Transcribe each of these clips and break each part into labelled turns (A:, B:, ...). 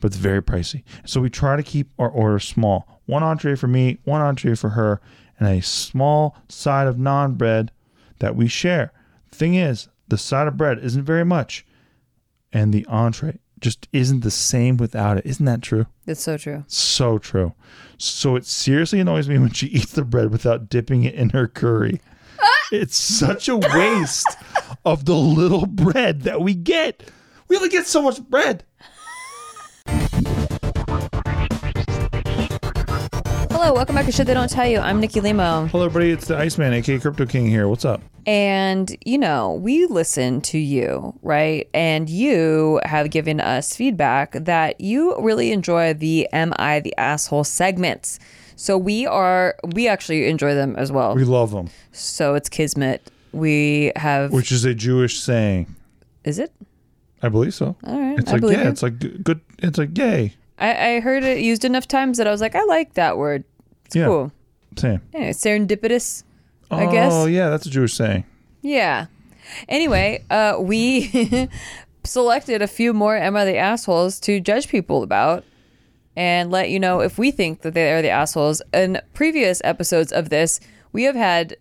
A: but it's very pricey. So we try to keep our order small. One entree for me, one entree for her, and a small side of non bread that we share. Thing is, the side of bread isn't very much, and the entree just isn't the same without it. Isn't that true?
B: It's so true.
A: So true. So it seriously annoys me when she eats the bread without dipping it in her curry. It's such a waste of the little bread that we get. We only get so much bread.
B: Hello, welcome back to Shit They Don't Tell You. I'm Nikki Limo.
A: Hello, everybody. It's the Iceman, aka Crypto King here. What's up?
B: And, you know, we listen to you, right? And you have given us feedback that you really enjoy the Am I the Asshole segments. So we are, we actually enjoy them as well.
A: We love them,
B: so it's Kismet. We have,
A: which is a Jewish saying.
B: is it?
A: I believe so.
B: All right,
A: It's
B: I
A: like
B: believe
A: yeah,
B: you.
A: it's like g- good. It's like yay.
B: I, I heard it used enough times that I was like, I like that word. It's
A: Yeah.
B: cool.
A: Same.
B: Anyway, serendipitous, I
A: oh,
B: guess.
A: yeah, that's a Jewish saying.
B: Yeah. Anyway, uh, we selected a few more Emma the assholes to judge people about and let you know if we think that they are the assholes. In previous episodes of this, we have had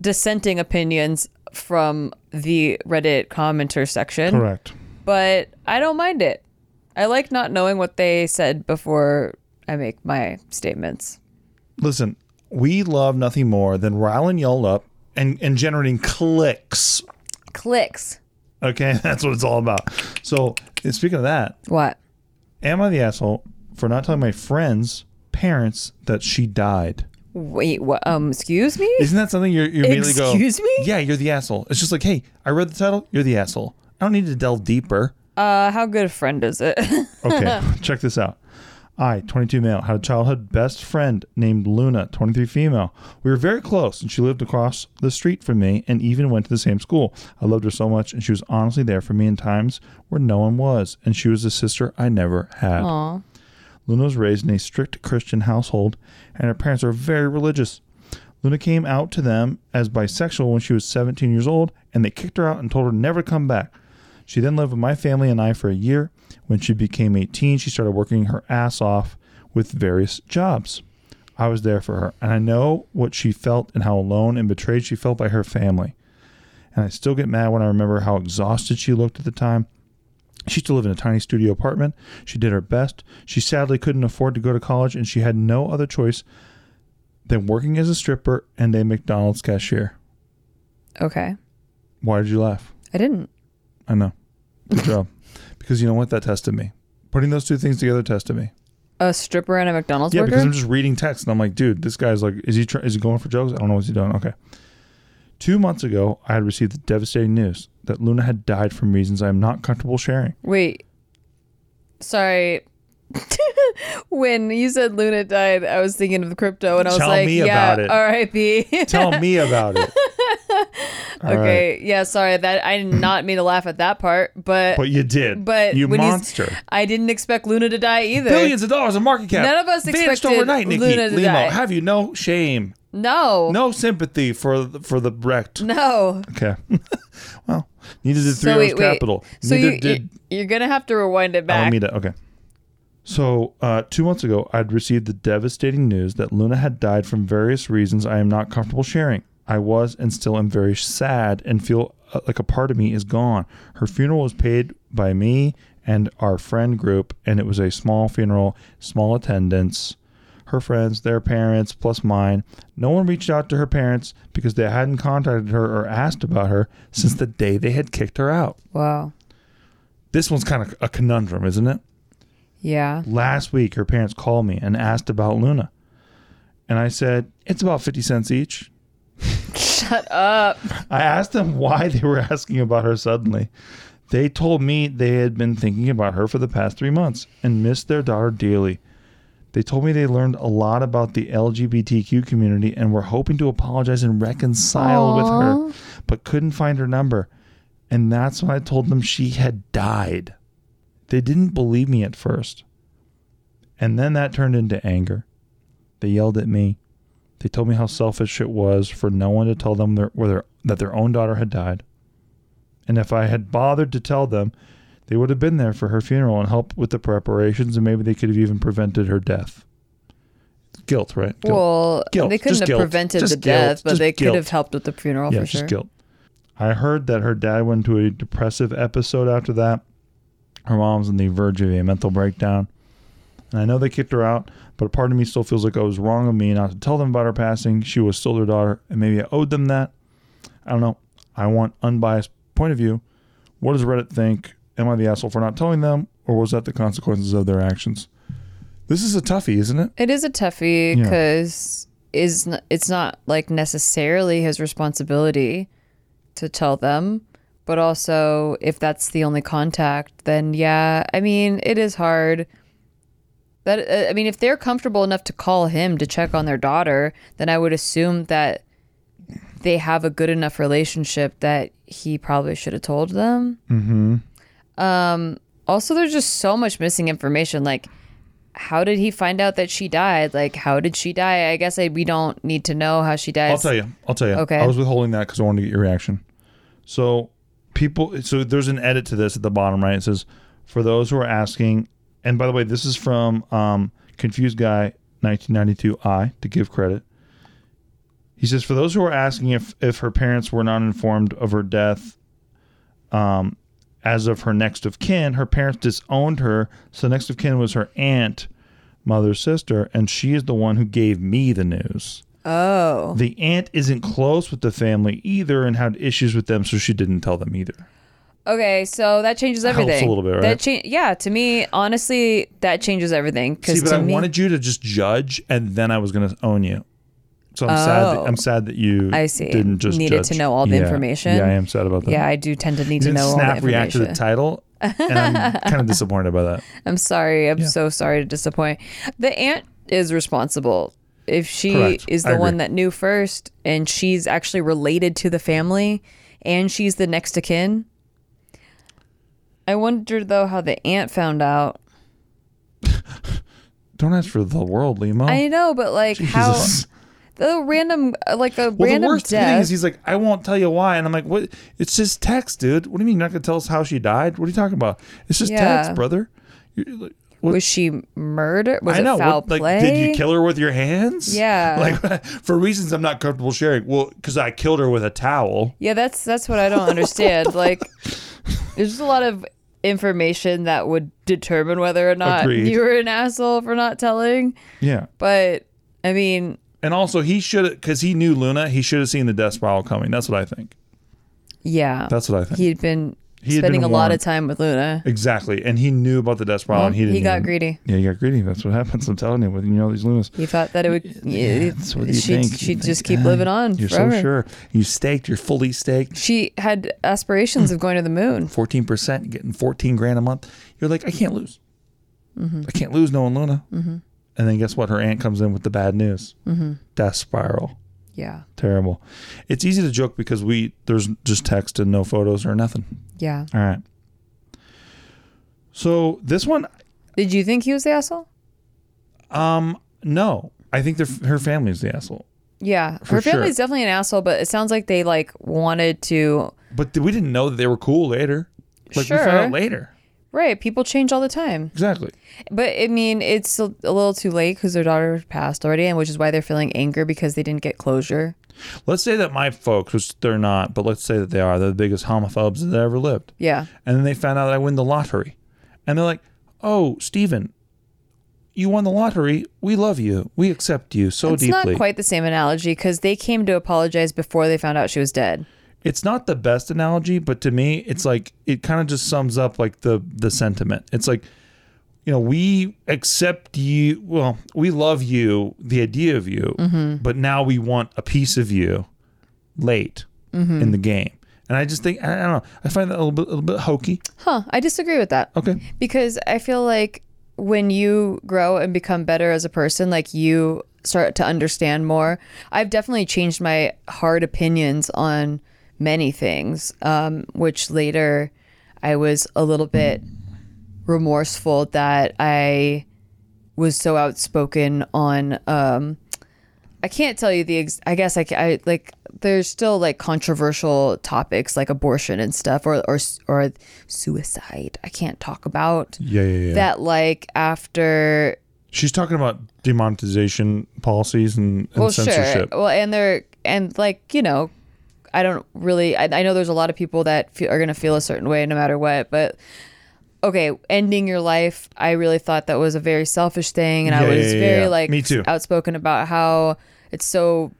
B: dissenting opinions from the Reddit commenter section,
A: Correct.
B: but I don't mind it. I like not knowing what they said before I make my statements.
A: Listen, we love nothing more than riling y'all up and and generating clicks.
B: Clicks.
A: Okay, that's what it's all about. So and speaking of that,
B: What?
A: am I the asshole for not telling my friends, parents that she died?
B: Wait, what? Um, excuse me?
A: Isn't that something you're, you immediately go?
B: Excuse me?
A: Yeah, you're the asshole. It's just like, hey, I read the title. You're the asshole. I don't need to delve deeper.
B: Uh, how good a friend is it?
A: Okay, check this out. I, 22 male, had a childhood best friend named Luna, 23 female. We were very close, and she lived across the street from me and even went to the same school. I loved her so much, and she was honestly there for me in times where no one was, and she was a sister I never had. Luna was raised in a strict Christian household, and her parents are very religious. Luna came out to them as bisexual when she was 17 years old, and they kicked her out and told her never to come back. She then lived with my family and I for a year. When she became 18, she started working her ass off with various jobs. I was there for her, and I know what she felt and how alone and betrayed she felt by her family. And I still get mad when I remember how exhausted she looked at the time. She used to live in a tiny studio apartment. She did her best. She sadly couldn't afford to go to college, and she had no other choice than working as a stripper and a McDonald's cashier.
B: Okay.
A: Why did you laugh?
B: I didn't.
A: I know. Good job. Because you know what? That tested me. Putting those two things together tested me.
B: A stripper and a McDonald's
A: Yeah,
B: worker?
A: because I'm just reading text and I'm like, dude, this guy's like, is he try- is he going for jokes? I don't know what he's doing. Okay. Two months ago, I had received the devastating news that Luna had died from reasons I am not comfortable sharing.
B: Wait. Sorry. when you said Luna died, I was thinking of the crypto and I was
A: Tell
B: like,
A: me
B: yeah,
A: about it."
B: RIP.
A: Tell me about it. All right.
B: okay. Yeah, sorry. That I did not mean to laugh at that part, but
A: But you did.
B: but
A: you
B: when you s-
A: monster.
B: I didn't expect Luna to die either.
A: Billions of dollars in market cap.
B: None of us
A: Vanished
B: expected
A: overnight, Nikki
B: Luna to
A: Limo.
B: die.
A: Have you no shame,
B: No.
A: no sympathy for the, for the wrecked?
B: No.
A: Okay. well, neither did Three
B: so
A: Rivers
B: wait, wait.
A: Capital.
B: So
A: neither
B: you,
A: did
B: you, are going to have to rewind it back.
A: Alameda. Okay. So uh, two months ago, I'd received the devastating news that Luna had died from various reasons I am not comfortable sharing. I was and still am very sad and feel uh, like a part of me is gone. Her funeral was paid by me, and our friend group, and it was a small funeral, small attendance. Her friends, their parents, plus mine. No one reached out to her parents because they hadn't contacted her or asked about her since the day they had kicked her out.
B: Wow.
A: This one's kind of a conundrum, isn't it?
B: Yeah.
A: Last week, her parents called me and asked about Luna. And I said, It's about 50 cents each.
B: Shut up.
A: I asked them why they were asking about her suddenly. They told me they had been thinking about her for the past three months and missed their daughter dearly. They told me they learned a lot about the LGBTQ community and were hoping to apologize and reconcile with her, but couldn't find her number. And that's when I told them she had died. They didn't believe me at first. And then that turned into anger. They yelled at me. They told me how selfish it was for no one to tell them their, where their, that their own daughter had died. And if I had bothered to tell them, they would have been there for her funeral and helped with the preparations, and maybe they could have even prevented her death. Guilt, right? Guilt.
B: Well,
A: Guilt.
B: they couldn't
A: Just
B: have
A: guilt.
B: prevented
A: Just
B: the
A: guilt.
B: death, but
A: Just
B: they
A: guilt.
B: could have helped with the funeral
A: yeah,
B: for
A: it's
B: sure.
A: just guilt. I heard that her dad went into a depressive episode after that. Her mom's on the verge of a mental breakdown. And I know they kicked her out, but a part of me still feels like I was wrong of me not to tell them about her passing. She was still their daughter, and maybe I owed them that. I don't know. I want unbiased point of view. What does Reddit think? Am I the asshole for not telling them, or was that the consequences of their actions? This is a toughie, isn't it?
B: It is a toughie
A: Yeah.
B: because is n- it's not like necessarily his responsibility to tell them, but also if that's the only contact, then yeah, I mean it is hard. That uh, I mean, if they're comfortable enough to call him to check on their daughter, then I would assume that they have a good enough relationship that he probably should have told them.
A: Mm-hmm.
B: Um, Also, there's just so much missing information. Like, how did he find out that she died? Like, how did she die? I guess I, we don't need to know how she died.
A: I'll tell you. I'll tell you.
B: Okay.
A: I was withholding that because I wanted to get your reaction. So people, so there's an edit to this at the bottom, right? It says, for those who are asking, and by the way, this is from um, Confused Guy 1992I to give credit. He says, for those who are asking if, if her parents were not informed of her death, um, as of her next of kin, her parents disowned her. So next of kin was her aunt, mother's sister, and she is the one who gave me the news.
B: Oh,
A: The aunt isn't close with the family either and had issues with them, so she didn't tell them either.
B: okay. So that changes
A: Helps a
B: everything.
A: little bit, right?
B: That cha- yeah. To me, honestly, that changes everything.
A: See,
B: Because
A: but
B: to
A: I
B: me,
A: wanted you to just judge, and then I was going to own you. So I'm sad. That,
B: Oh.
A: I'm sad that you
B: I see.
A: didn't just
B: Needed to
A: judge.
B: know all the
A: Yeah.
B: information.
A: Yeah, I am sad about that.
B: yeah, I do tend to need to
A: didn't
B: know all the
A: snap react to
B: information.
A: the title, and I'm kind of disappointed by that.
B: I'm sorry. I'm
A: Yeah.
B: so sorry to disappoint. The aunt is responsible. If she
A: Correct.
B: is
A: I
B: the
A: agree.
B: one that knew first and she's actually related to the family and she's the next to kin. I wonder though how the aunt found out.
A: Don't ask for the world, Limo.
B: I know, but like how
A: Jesus.
B: the random uh, like a
A: Well,
B: random
A: the worst thing
B: death.
A: is he's like, I won't tell you why, and I'm like, what? It's just text, dude. What do you mean you're not going to tell us how she died? What are you talking about? It's just
B: Yeah.
A: text, brother. You're like, what-
B: was she murdered? Was
A: I
B: it
A: know.
B: foul
A: what- like,
B: play?
A: did you kill her with your hands?
B: Yeah.
A: Like, for reasons I'm not comfortable sharing. Well, because I killed her with a towel.
B: Yeah, that's that's what I don't understand. like, there's just a lot of information that would determine whether or not
A: Agreed.
B: you were an asshole for not telling.
A: Yeah.
B: But I mean,
A: And also, he should because he knew Luna. He should have seen the death spiral coming. That's what I think.
B: yeah,
A: That's what I think.
B: he had been
A: He had
B: spending
A: been
B: a lot
A: warned.
B: of time with Luna.
A: exactly. And he knew about the death spiral, and he didn't.
B: he got
A: even-
B: greedy.
A: Yeah, he got greedy. That's what happens. I'm telling you. With you know these Lunas.
B: He thought that it would. Yeah,
A: That's what you
B: she'd
A: think. You
B: she'd
A: think,
B: just keep
A: "Ah,
B: living on
A: You're
B: forever.
A: so sure. You staked. You're fully staked.
B: She had aspirations of going to the moon.
A: Fourteen percent, getting fourteen grand a month. You're like, I can't lose. I can't lose knowing Luna. And then guess what? Her aunt comes in with the bad news. Death spiral.
B: Yeah,
A: Terrible. It's easy to joke because we there's just text and no photos or nothing.
B: yeah.
A: All right. So this one,
B: Did you think he was the asshole?
A: um, no, I think the, her family is the asshole.
B: Yeah,
A: For
B: her
A: sure.
B: family's definitely an asshole, but it sounds like they like wanted to.
A: But th- we didn't know that they were cool later. Like we found
B: Sure.
A: out later.
B: Right, people change all the time.
A: Exactly.
B: But I mean, it's a a little too late because their daughter passed already, and which is why they're feeling anger because they didn't get closure.
A: Let's say that my folks, which they're not, but let's say that they are, they're the biggest homophobes that ever lived.
B: Yeah,
A: And then they found out I win the lottery. and they're like, "Oh, Steven, you won the lottery. We love you. We accept you so
B: it's
A: deeply."
B: not quite the same analogy because they came to apologize before they found out she was dead.
A: it's not the best analogy, but to me, it's like it kind of just sums up like the the sentiment. It's like, you know, we accept you. Well, we love you, the idea of you,
B: Mm-hmm.
A: but now we want a piece of you late
B: Mm-hmm.
A: in the game. And I just think I I don't know. I find that a little bit, a little bit hokey.
B: Huh. I disagree with that.
A: Okay,
B: Because I feel like when you grow and become better as a person, like you start to understand more. I've definitely changed my hard opinions on many things, um, which later I was a little bit remorseful that I was so outspoken on. Um, I can't tell you the. Ex- I guess I, ca- I like. There's still like controversial topics like abortion and stuff, or or s- or suicide. I can't talk about
A: yeah, yeah, yeah.
B: that. Like after,
A: She's talking about demonetization policies and, and
B: well, sure.
A: censorship.
B: Well, and they're and like you know, I don't really. I, I know there's a lot of people that feel, are gonna feel a certain way no matter what, but. Okay, ending your life. I really thought that was a very selfish thing, and
A: Yeah,
B: I
A: yeah,
B: was
A: yeah,
B: very
A: yeah.
B: like
A: Me too.
B: outspoken about how it's so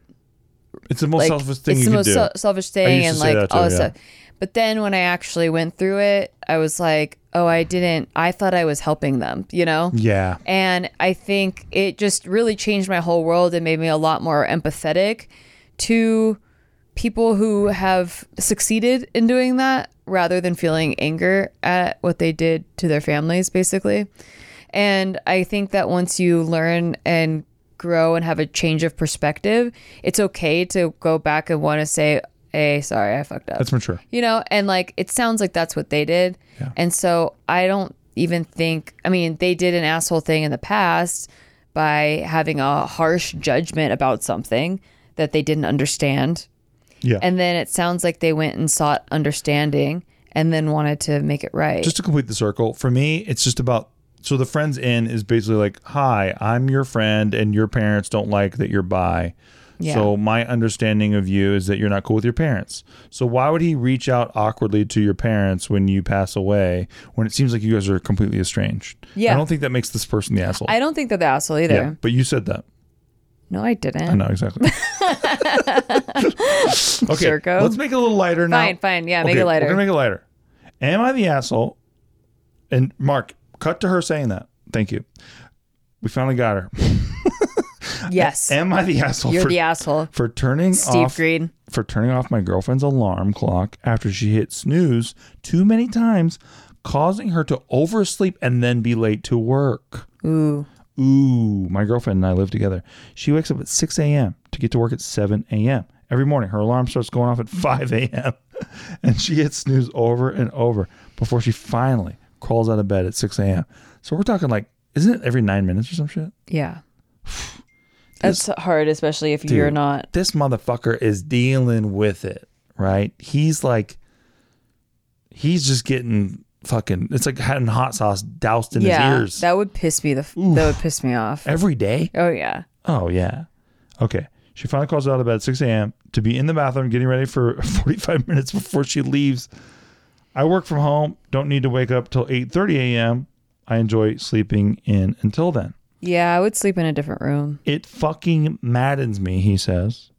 A: It's the most
B: like,
A: selfish thing you
B: it's the
A: can
B: most
A: do.
B: sel- selfish
A: used
B: thing
A: to
B: and
A: say
B: like
A: that too,
B: all this
A: yeah.
B: stuff but then when i actually went through it i was like oh i didn't i thought i was helping them you know
A: yeah,
B: and i think it just really changed my whole world and made me a lot more empathetic to people who have succeeded in doing that rather than feeling anger at what they did to their families basically and I think that once you learn and grow and have a change of perspective, it's okay to go back and want to say, hey, sorry, I fucked up.
A: that's mature.
B: you know, and like it sounds like that's what they did. And so I don't even think, I mean, they did an asshole thing in the past by having a harsh judgment about something that they didn't understand.
A: Yeah,
B: And then it sounds like they went and sought understanding and then wanted to make it right.
A: just to complete the circle for me it's just about so the friends in is basically like hi i'm your friend and your parents don't like that you're bi
B: Yeah.
A: so my understanding of you is that you're not cool with your parents so why would he reach out awkwardly to your parents when you pass away when it seems like you guys are completely estranged
B: Yeah.
A: i don't think that makes this person the asshole
B: I don't think they're the asshole either.
A: yeah but you said that
B: No, I didn't.
A: i know exactly okay
B: Jerko.
A: let's make it a little lighter now
B: Fine, fine. Yeah, make it lighter.
A: we're gonna make it lighter am i the asshole and mark cut to her saying that thank you we finally got her
B: Yes.
A: Am I the asshole
B: You're
A: for,
B: the asshole.
A: for turning
B: Steve
A: off
B: Green.
A: for turning off my girlfriend's alarm clock after she hit snooze too many times, causing her to oversleep and then be late to work?
B: Ooh.
A: Ooh, my girlfriend and I live together. She wakes up at 6 a.m. to get to work at 7 a.m. Every morning, her alarm starts going off at 5 a.m. and she hits snooze over and over before she finally crawls out of bed at 6 a.m. So we're talking like, isn't it every nine minutes or some shit?
B: Yeah. That's hard, especially if you're
A: Dude.
B: not.
A: this motherfucker is dealing with it, right? He's like, he's just getting fucking. It's like having hot sauce doused in
B: yeah.
A: his ears
B: That would piss me the. f That would piss me off.
A: every day.
B: Oh yeah.
A: Oh yeah. Okay. She finally calls out of bed at 6 a.m. to be in the bathroom getting ready for 45 minutes before she leaves. I work from home. Don't need to wake up till 8:30 a.m. I enjoy sleeping in until then.
B: Yeah, I would sleep in a different room.
A: It fucking maddens me, he says,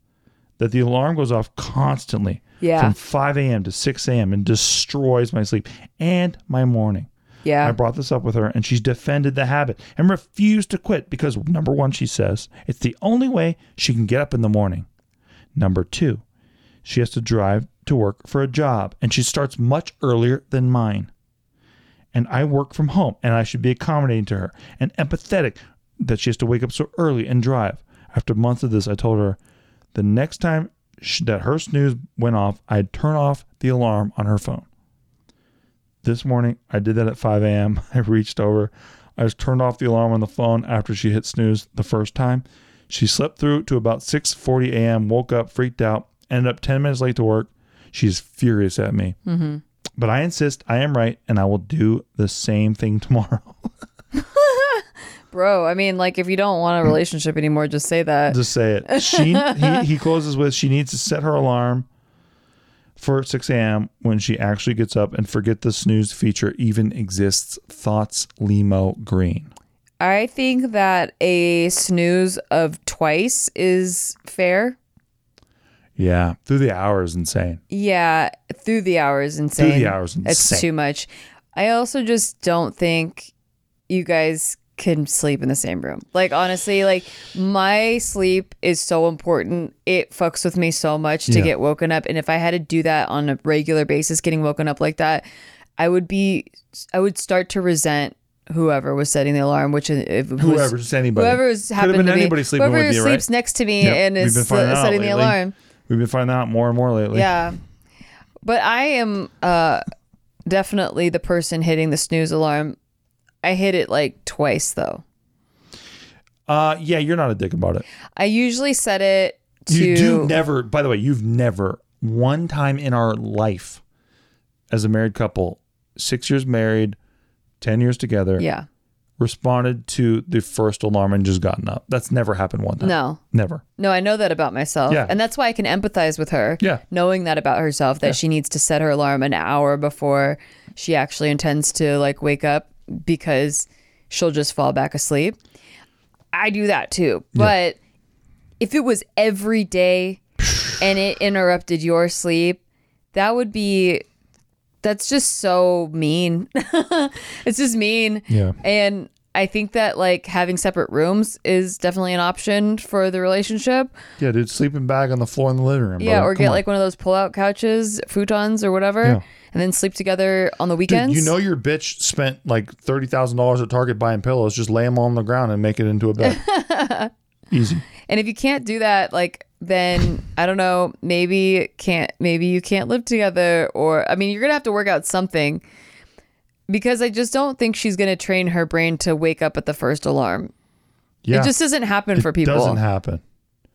A: that the alarm goes off constantly
B: Yeah.
A: from 5 a.m. to 6 a.m. and destroys my sleep and my morning. I
B: Yeah.
A: brought this up with her and she's defended the habit and refused to quit because, number one, she says it's the only way she can get up in the morning. Number two, she has to drive to work for a job and she starts much earlier than mine. And I work from home and I should be accommodating to her and empathetic that she has to wake up so early and drive. After months of this, I told her the next time sh that her snooze went off, I'd turn off the alarm on her phone. This morning, I did that at 5 a.m. I reached over. I just turned off the alarm on the phone after she hit snooze the first time. She slept through to about 6:40 a.m. Woke up, freaked out, ended up 10 minutes late to work. She's furious at me. Mm-hmm. But I insist I am right, and I will do the same thing tomorrow.
B: Bro, I mean, like, if you don't
A: Mm.
B: want a relationship anymore, just say that.
A: Just say it. She he, he closes with she needs to set her alarm for 6 a.m. when she actually gets up and forget the snooze feature even exists. Thoughts, Limo Green.
B: I think that a snooze of twice is fair.
A: Yeah, through the hours, insane.
B: Yeah, through the hours insane.
A: the hours, insane.
B: It's too much. I also just don't think you guys can sleep in the same room. Like honestly, like my sleep is so important. It fucks with me so much to
A: Yeah.
B: get woken up and if I had to do that on a regular basis getting woken up like that, I would be I would start to resent whoever was setting the alarm, which if it was-
A: Whoever, just anybody.
B: Whoever's
A: Could have
B: happened
A: been
B: to be,
A: anybody sleeping
B: whoever
A: with you, right?
B: sleeps next to me
A: Yep,
B: and
A: we've
B: is
A: been finding
B: uh,
A: out
B: setting the
A: lately.
B: alarm.
A: We've been finding out more and more lately.
B: Yeah. But I am uh, definitely the person hitting the snooze alarm. I hit it like twice though.
A: Uh, yeah, you're not a dick about it.
B: I usually set it to
A: You do never, by the way, you've never one time in our life as a married couple, six years married, 10 years together,
B: Yeah.
A: responded to the first alarm and just gotten up. That's never happened one time.
B: No.
A: Never.
B: No, I know that about myself.
A: Yeah.
B: And that's why I can empathize with her.
A: Yeah.
B: Knowing that about herself that she needs to set her alarm an hour before she actually intends to like wake up because she'll just fall back asleep. I do that too. But if it was every day and it interrupted your sleep, that would be that's just so mean. it's just mean.
A: Yeah.
B: And I think that like having separate rooms is definitely an option for the relationship.
A: Yeah, dude, sleeping bag on the floor in the living room.
B: Yeah,
A: brother.
B: or
A: Come
B: get
A: on.
B: like one of those pull-out couches, futons or whatever,
A: Yeah.
B: and then sleep together on the
A: Dude,
B: weekends.
A: you know your bitch spent like thirty thousand dollars at Target buying pillows. Just lay them on the ground and make it into a bed. Easy.
B: and if you can't do that, like then I don't know, maybe can't maybe you can't live together or I mean, you're going to have to work out something because I just don't think she's going to train her brain to wake up at the first alarm.
A: Yeah,
B: It just doesn't happen
A: It
B: for people.
A: Doesn't happen.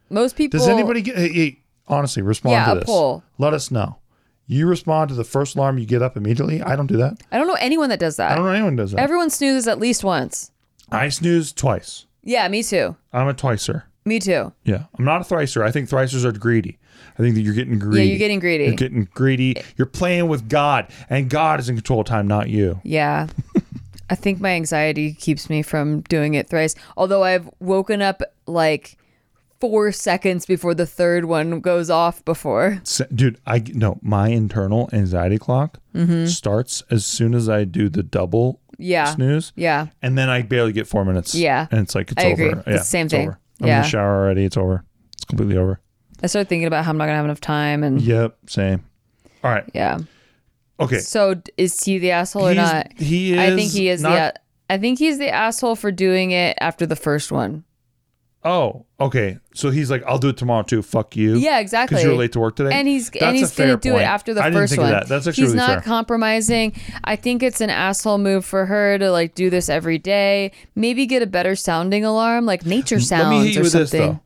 B: Most people
A: Does anybody get? Hey, hey, honestly, respond
B: Yeah,
A: to
B: a
A: this.
B: poll.
A: Let us know. You respond to the first alarm. You get up immediately. I don't do that.
B: I don't know anyone that does
A: I
B: that.
A: don't know anyone does that.
B: Everyone snoozes at least once.
A: I snooze twice.
B: Yeah, me too.
A: I'm a twicer.
B: Me too.
A: Yeah, I'm not a thricer. I think thricers are greedy. I think that you're getting greedy.
B: you're getting greedy.
A: You're getting greedy. You're playing with God, and God is in control of time, not you.
B: Yeah. I think my anxiety keeps me from doing it thrice. Although I've woken up like four seconds before the third one goes off before.
A: Se- dude i no my internal anxiety clock starts as soon as i do the double
B: Mm-hmm. Yeah.
A: snooze
B: Yeah.
A: and then i barely get four minutes
B: Yeah.
A: and it's like it's
B: I
A: over
B: agree. It's
A: yeah
B: the same
A: it's
B: thing.
A: over. i'm in
B: Yeah.
A: the shower already it's over it's completely over
B: I started thinking about how I'm not going to have enough time and yeah.
A: yep same all right okay
B: So d- is he the asshole or
A: He's-
B: not?
A: he
B: I think
A: is
B: he is
A: not-
B: the a- I think he's the asshole for doing it after the first one.
A: oh okay so he's like i'll do it tomorrow too fuck you
B: Yeah, exactly.
A: because you're late to work today
B: And he's
A: That's
B: and
A: a
B: he's gonna
A: fair
B: do it
A: point.
B: after the
A: I didn't
B: first
A: think
B: one.
A: of that. that's actually
B: he's
A: really
B: not
A: fair
B: compromising. I think it's an asshole move for her to like do this every day. Maybe get a better sounding alarm, like nature sounds
A: Let me hit you
B: or
A: with
B: something.
A: this though.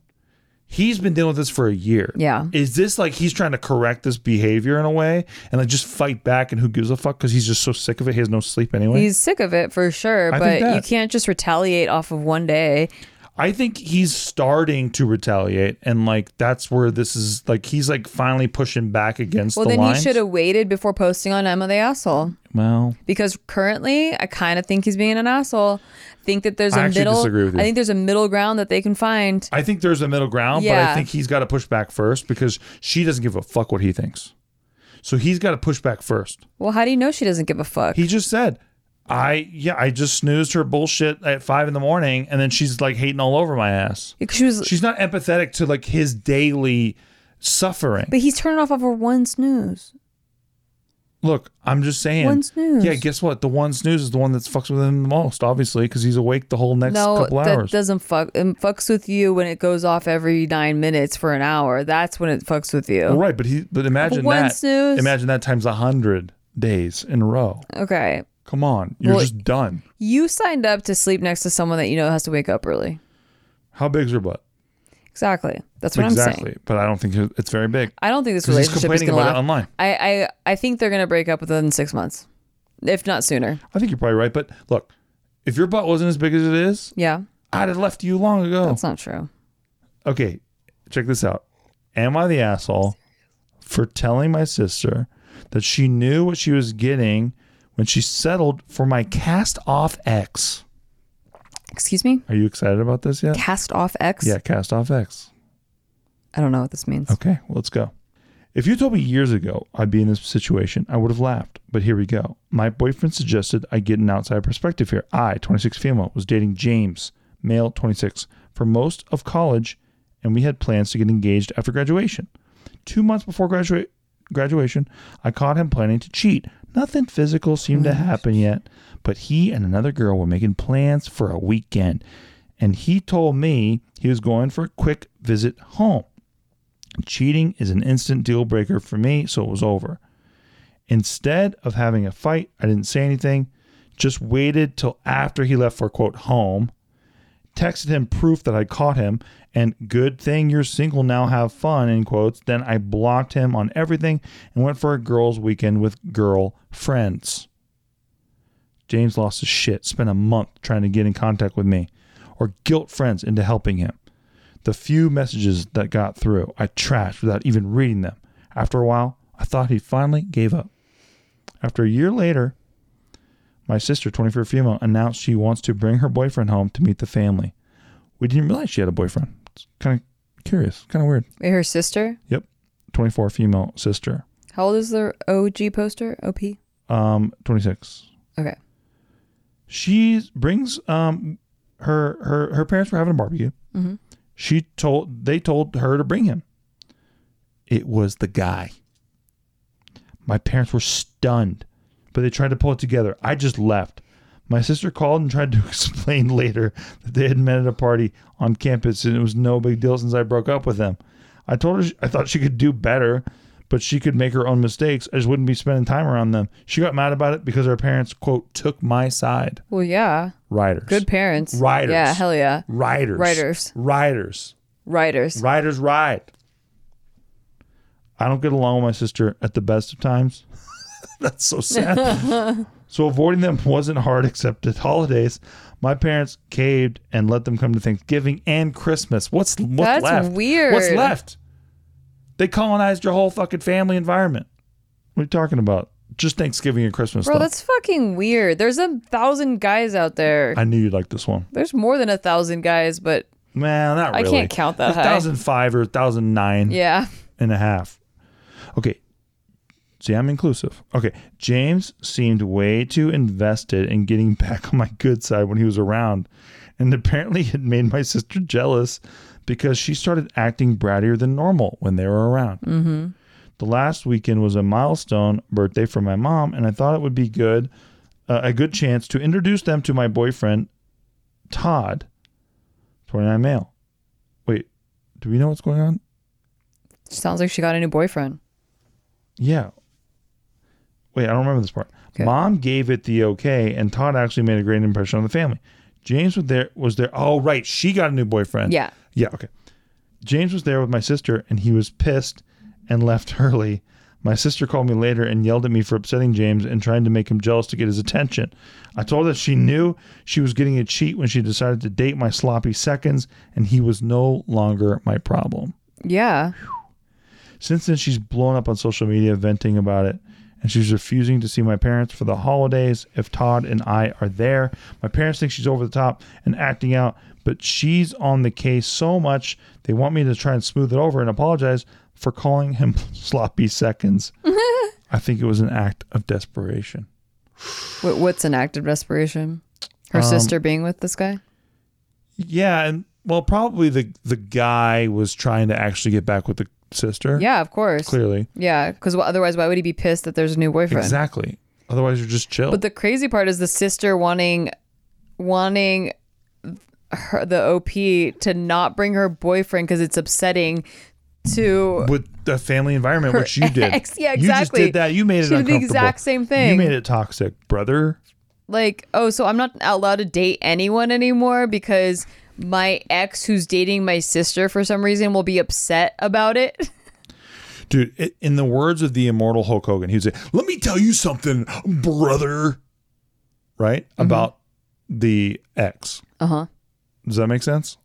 A: He's been dealing with this for a year.
B: Yeah.
A: Is this like he's trying to correct this behavior in a way and like just fight back and who gives a fuck because he's just so sick of it. He has no sleep anyway.
B: He's sick of it for sure,
A: I think
B: but you
A: that-
B: can't just retaliate off of one day.
A: I think he's starting to retaliate and like that's where this is like he's like finally pushing back against
B: Well,
A: the
B: then
A: lines.
B: he should have waited before posting on Emma the asshole.
A: Well,
B: Because currently, I kind of think he's being an asshole. Think that there's
A: I
B: a
A: actually
B: middle.
A: disagree with you.
B: I think there's a middle ground that they can find.
A: I think there's a middle ground, but I
B: Yeah.
A: think he's got to push back first because she doesn't give a fuck what he thinks. So he's got to push back first.
B: Well, how do you know she doesn't give a fuck?
A: He just said, I yeah, I just snoozed her bullshit at five in the morning, and then she's like hating all over my ass.
B: she was
A: She's not empathetic to like his daily suffering.
B: But he's turning off over one snooze.
A: Look, I'm just saying.
B: One snooze.
A: Yeah, guess what? The one snooze is the one that's fucks with him the most, obviously, because he's awake the whole next
B: no,
A: couple
B: that
A: hours.
B: doesn't fuck. It fucks with you when it goes off every nine minutes for an hour. That's when it fucks with you.
A: Well, right, but he but imagine
B: One
A: that.
B: snooze.
A: Imagine that times a hundred days in a row.
B: Okay.
A: Come on, you're
B: Well,
A: just done.
B: You signed up to sleep next to someone that you know has to wake up early.
A: How big's her butt?
B: Exactly. That's what I'm saying.
A: Exactly, but I don't think it's very big.
B: I don't think this
A: 'Cause he's
B: relationship is
A: complaining
B: going to
A: about
B: last.
A: it online.
B: I, I, I think they're going to break up within six months, if not sooner.
A: I think you're probably right, but look, if your butt wasn't as big as it is,
B: Yeah.
A: I'd have left you long ago.
B: That's not true.
A: okay, check this out. Am I the asshole for telling my sister that she knew what she was getting when she settled for my cast off ex.
B: Excuse me?
A: Are you excited about this yet?
B: Cast off X?
A: Yeah, cast off ex.
B: I don't know what this means.
A: Okay, well, let's go. If you told me years ago I'd be in this situation, I would have laughed. But here we go. My boyfriend suggested I get an outside perspective here. I, 26 female, was dating James, male, 26, for most of college, and we had plans to get engaged after graduation. Two months before graduate graduation, I caught him planning to cheat. Nothing physical seemed to happen yet, but he and another girl were making plans for a weekend, and he told me he was going for a quick visit home. Cheating is an instant deal breaker for me, so it was over. Instead of having a fight, I didn't say anything, just waited till after he left for quote home, texted him proof that I caught him, and good thing you're single now, have fun, in quotes. Then I blocked him on everything and went for a girls' weekend with girl friends. James lost his shit, spent a month trying to get in contact with me or guilt friends into helping him. The few messages that got through, I trashed without even reading them. After a while, I thought he finally gave up. After a year later, my sister, 24 female, announced she wants to bring her boyfriend home to meet the family. We didn't realize she had a boyfriend. It's kind of curious, kind of weird.
B: Wait, her sister?
A: Yep. 24 female sister,
B: How old is the OG poster? OP?
A: um, 26.
B: Okay.
A: she brings um her her her parents were having a barbecue. She told they told her to bring him. It was the guy. My parents were stunned, but they tried to pull it together. I just left. My sister called and tried to explain later that they had met at a party on campus and it was no big deal since I broke up with them. I told her she, I thought she could do better, but she could make her own mistakes. I just wouldn't be spending time around them. She got mad about it because her parents, quote, took my side.
B: Well, yeah.
A: Riders.
B: Good parents.
A: Riders.
B: Yeah, hell yeah.
A: Riders.
B: Riders.
A: Riders.
B: Writers.
A: Riders ride. I don't get along with my sister at the best of times. That's so sad. so avoiding them wasn't hard except at holidays. My parents caved and let them come to Thanksgiving and Christmas. What's what's
B: That's
A: left?
B: weird.
A: What's left? They colonized your whole fucking family environment. What are you talking about? Just Thanksgiving and Christmas.
B: Bro,
A: though.
B: that's fucking weird. There's a thousand guys out there.
A: I knew you'd like this one.
B: There's more than a thousand guys, but
A: Man, not
B: I
A: really.
B: can't count that high.
A: 1,005 or 1,009.
B: yeah.
A: and a half. Okay. See, I'm inclusive. Okay. James seemed way too invested in getting back on my good side when he was around. And apparently it made my sister jealous because she started acting brattier than normal when they were around. Mm-hmm. The last weekend was a milestone birthday for my mom, and I thought it would be good, uh, a good chance to introduce them to my boyfriend, Todd, 29 male. Wait, do we know what's going on?
B: Sounds like she got a new boyfriend.
A: Yeah. Wait, I don't remember this part.
B: Okay.
A: Mom gave it the okay, and Todd actually made a great impression on the family. James was there. Was there? Oh, right, she got a new boyfriend.
B: Yeah.
A: Yeah. Okay. James was there with my sister, and he was pissed and left early. My sister called me later and yelled at me for upsetting James and trying to make him jealous to get his attention. I told her she knew she was getting a cheat when she decided to date my sloppy seconds, and he was no longer my problem.
B: Yeah.
A: Since then, she's blown up on social media venting about it, and she's refusing to see my parents for the holidays if Todd and I are there. My parents think she's over the top and acting out, but she's on the case so much they want me to try and smooth it over and apologize for calling him sloppy seconds. I think it was an act of desperation.
B: What, what's an act of desperation? Her sister being with this guy?
A: Yeah, and well, probably the the guy was trying to actually get back with the sister.
B: Yeah, of course.
A: clearly,
B: Yeah, because otherwise, why would he be pissed that there's a new boyfriend?
A: exactly. Otherwise, you're just chill.
B: But the crazy part is the sister wanting, wanting her, the OP to not bring her boyfriend because it's upsetting to
A: with the family environment, which you did.
B: ex- yeah,
A: You just
B: exactly.
A: did that. You made it
B: She did the
A: uncomfortable.
B: exact same thing.
A: You made it toxic, brother.
B: like, oh, so I'm not allowed to date anyone anymore because my ex who's dating my sister for some reason will be upset about it.
A: Dude, i- in the words of the immortal Hulk Hogan, he would say, Let me tell you something, brother. Right?
B: Mm-hmm.
A: About the ex.
B: Uh huh.
A: Does that make sense?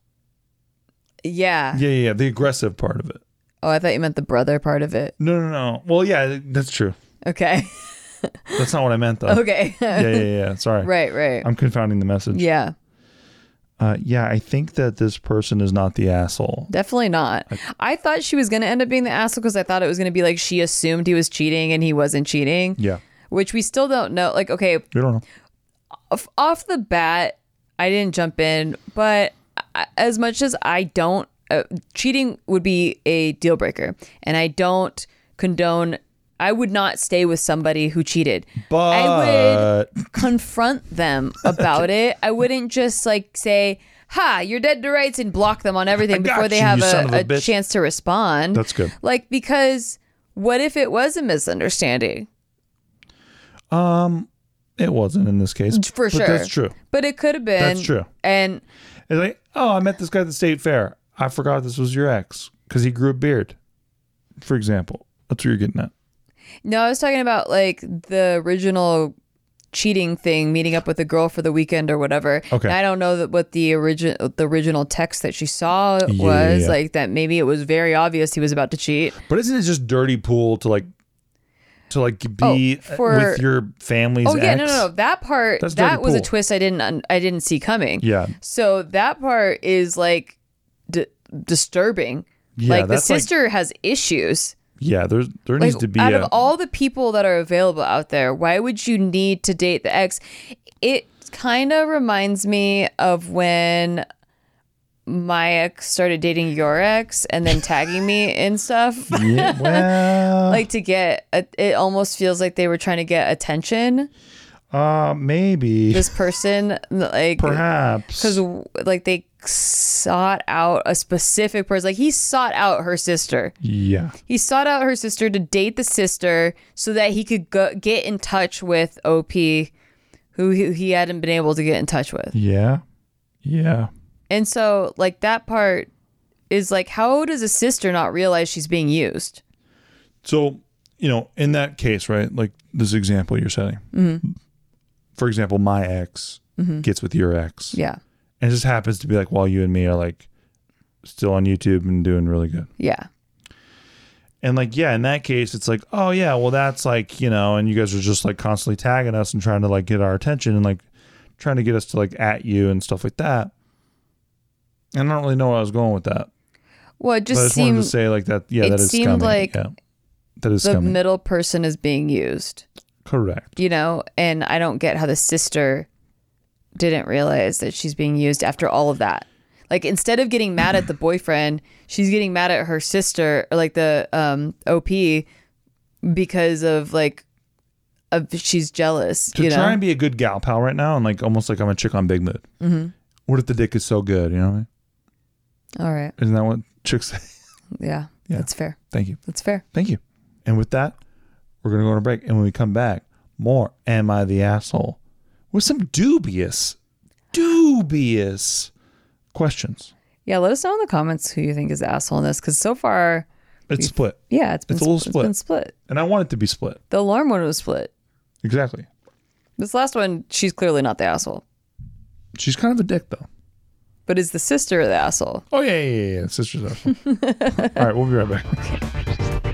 B: Yeah. Uh,
A: Yeah, yeah, yeah. The aggressive part of it.
B: Oh, I thought you meant the brother part of it.
A: No, no, no. Well, yeah, that's true.
B: Okay.
A: That's not what I meant, though.
B: okay.
A: Yeah, yeah, yeah. Sorry.
B: right, right.
A: I'm confounding the message.
B: yeah.
A: Uh, yeah, I think that this person is not the asshole.
B: Definitely not. I thought she was going to end up being the asshole because I thought it was going to be like she assumed he was cheating and he wasn't cheating.
A: Yeah.
B: Which we still don't know. Like, okay,
A: You don't know.
B: off, off the bat, I didn't jump in, but I- as much as I don't, uh, cheating would be a deal breaker, and I don't condone. I would not stay with somebody who cheated. I
A: But
B: would confront them about it. I wouldn't just like say, "Ha, you're dead to rights," and block them on everything
A: got
B: before they
A: you,
B: have
A: you son of
B: a,
A: a
B: a
A: bitch.
B: chance to respond.
A: That's good.
B: Like because what if it was a misunderstanding?
A: it wasn't in this case.
B: For
A: but
B: sure,
A: That's true.
B: But it could have been.
A: That's true.
B: And
A: It's like, oh, I met this guy at the state fair. I forgot this was your ex because he grew a beard, for example. That's what you're getting at.
B: No, I was talking about like the original cheating thing, meeting up with a girl for the weekend or whatever.
A: Okay.
B: And I don't know that what the origin the original text that she saw was
A: Yeah.
B: like that. Maybe it was very obvious he was about to cheat.
A: But isn't it just dirty pool to like, to like be
B: Oh, for-
A: with your family's
B: oh yeah,
A: ex?
B: no, no, no, that part
A: That's
B: that
A: dirty
B: was a
A: pool.
B: twist I didn't un- I didn't see coming.
A: Yeah.
B: So that part is like d- disturbing.
A: Yeah,
B: like the
A: that's, like-
B: sister has issues.
A: Yeah. There's, there needs
B: Like,
A: to be
B: out
A: a,
B: of all the people that are available out there, why would you need to date the ex? It kind of reminds me of when my ex started dating your ex and then tagging me and stuff.
A: yeah, well,
B: Like to get, it almost feels like they were trying to get attention.
A: uh, maybe,
B: This person, like,
A: perhaps.
B: because like they sought out a specific person. Like he sought out her sister.
A: yeah.
B: He sought out her sister to date the sister so that he could go- get in touch with OP, who he he hadn't been able to get in touch with.
A: Yeah. Yeah.
B: And so, like, that part is like, how does a sister not realize she's being used?
A: So, you know, in that case, right? Like this example you're setting.
B: Mm-hmm.
A: For example, my ex gets with your ex.
B: Yeah.
A: And it just happens to be like while you and me are like still on YouTube and doing really good.
B: Yeah.
A: And like, yeah, in that case, it's like, oh yeah, well that's like, you know, and you guys are just like constantly tagging us and trying to like get our attention and like trying to get us to like at you and stuff like that. And I don't really know where I was going with that.
B: Well,
A: But I
B: it just
A: just wanted to
B: seems
A: say like that yeah,
B: it
A: that is
B: seemed
A: scummy.
B: like
A: yeah. That is
B: the
A: scummy.
B: middle person is being used,
A: Correct.
B: you know? And I don't get how the sister didn't realize that she's being used after all of that. Like instead of getting mad at the boyfriend, she's getting mad at her sister or like the um OP because of like of she's jealous,
A: to
B: you know.
A: try and be a good gal pal right now and like almost like I'm a chick on Big Mood. Mm-hmm. What if the dick is so good? You know what I mean?
B: all right.
A: Isn't that what chicks say?
B: Yeah,
A: Yeah.
B: That's fair.
A: Thank you.
B: That's fair.
A: Thank you. And with that, we're going to go on a break. And when we come back, more Am I the Asshole? with some dubious, dubious questions.
B: Yeah, let us know in the comments who you think is the asshole in this cuz so far
A: It's split.
B: yeah, it's been
A: It's a little
B: spl-
A: split.
B: It's been split.
A: And I want it to be split.
B: The alarm one was split.
A: Exactly.
B: This last one, she's clearly not the asshole.
A: She's kind of a dick, though.
B: But is the sister the asshole?
A: Oh, yeah, yeah, yeah. yeah. Sister's asshole. All right, we'll be right back.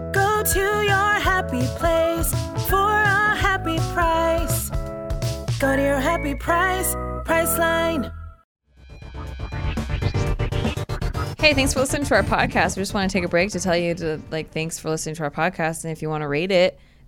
C: Go to your happy place for a happy price. Go to your happy price, Priceline.
B: Hey, thanks for listening to our podcast. We just want to take a break to tell you to like thanks for listening to our podcast, and if you want to rate it,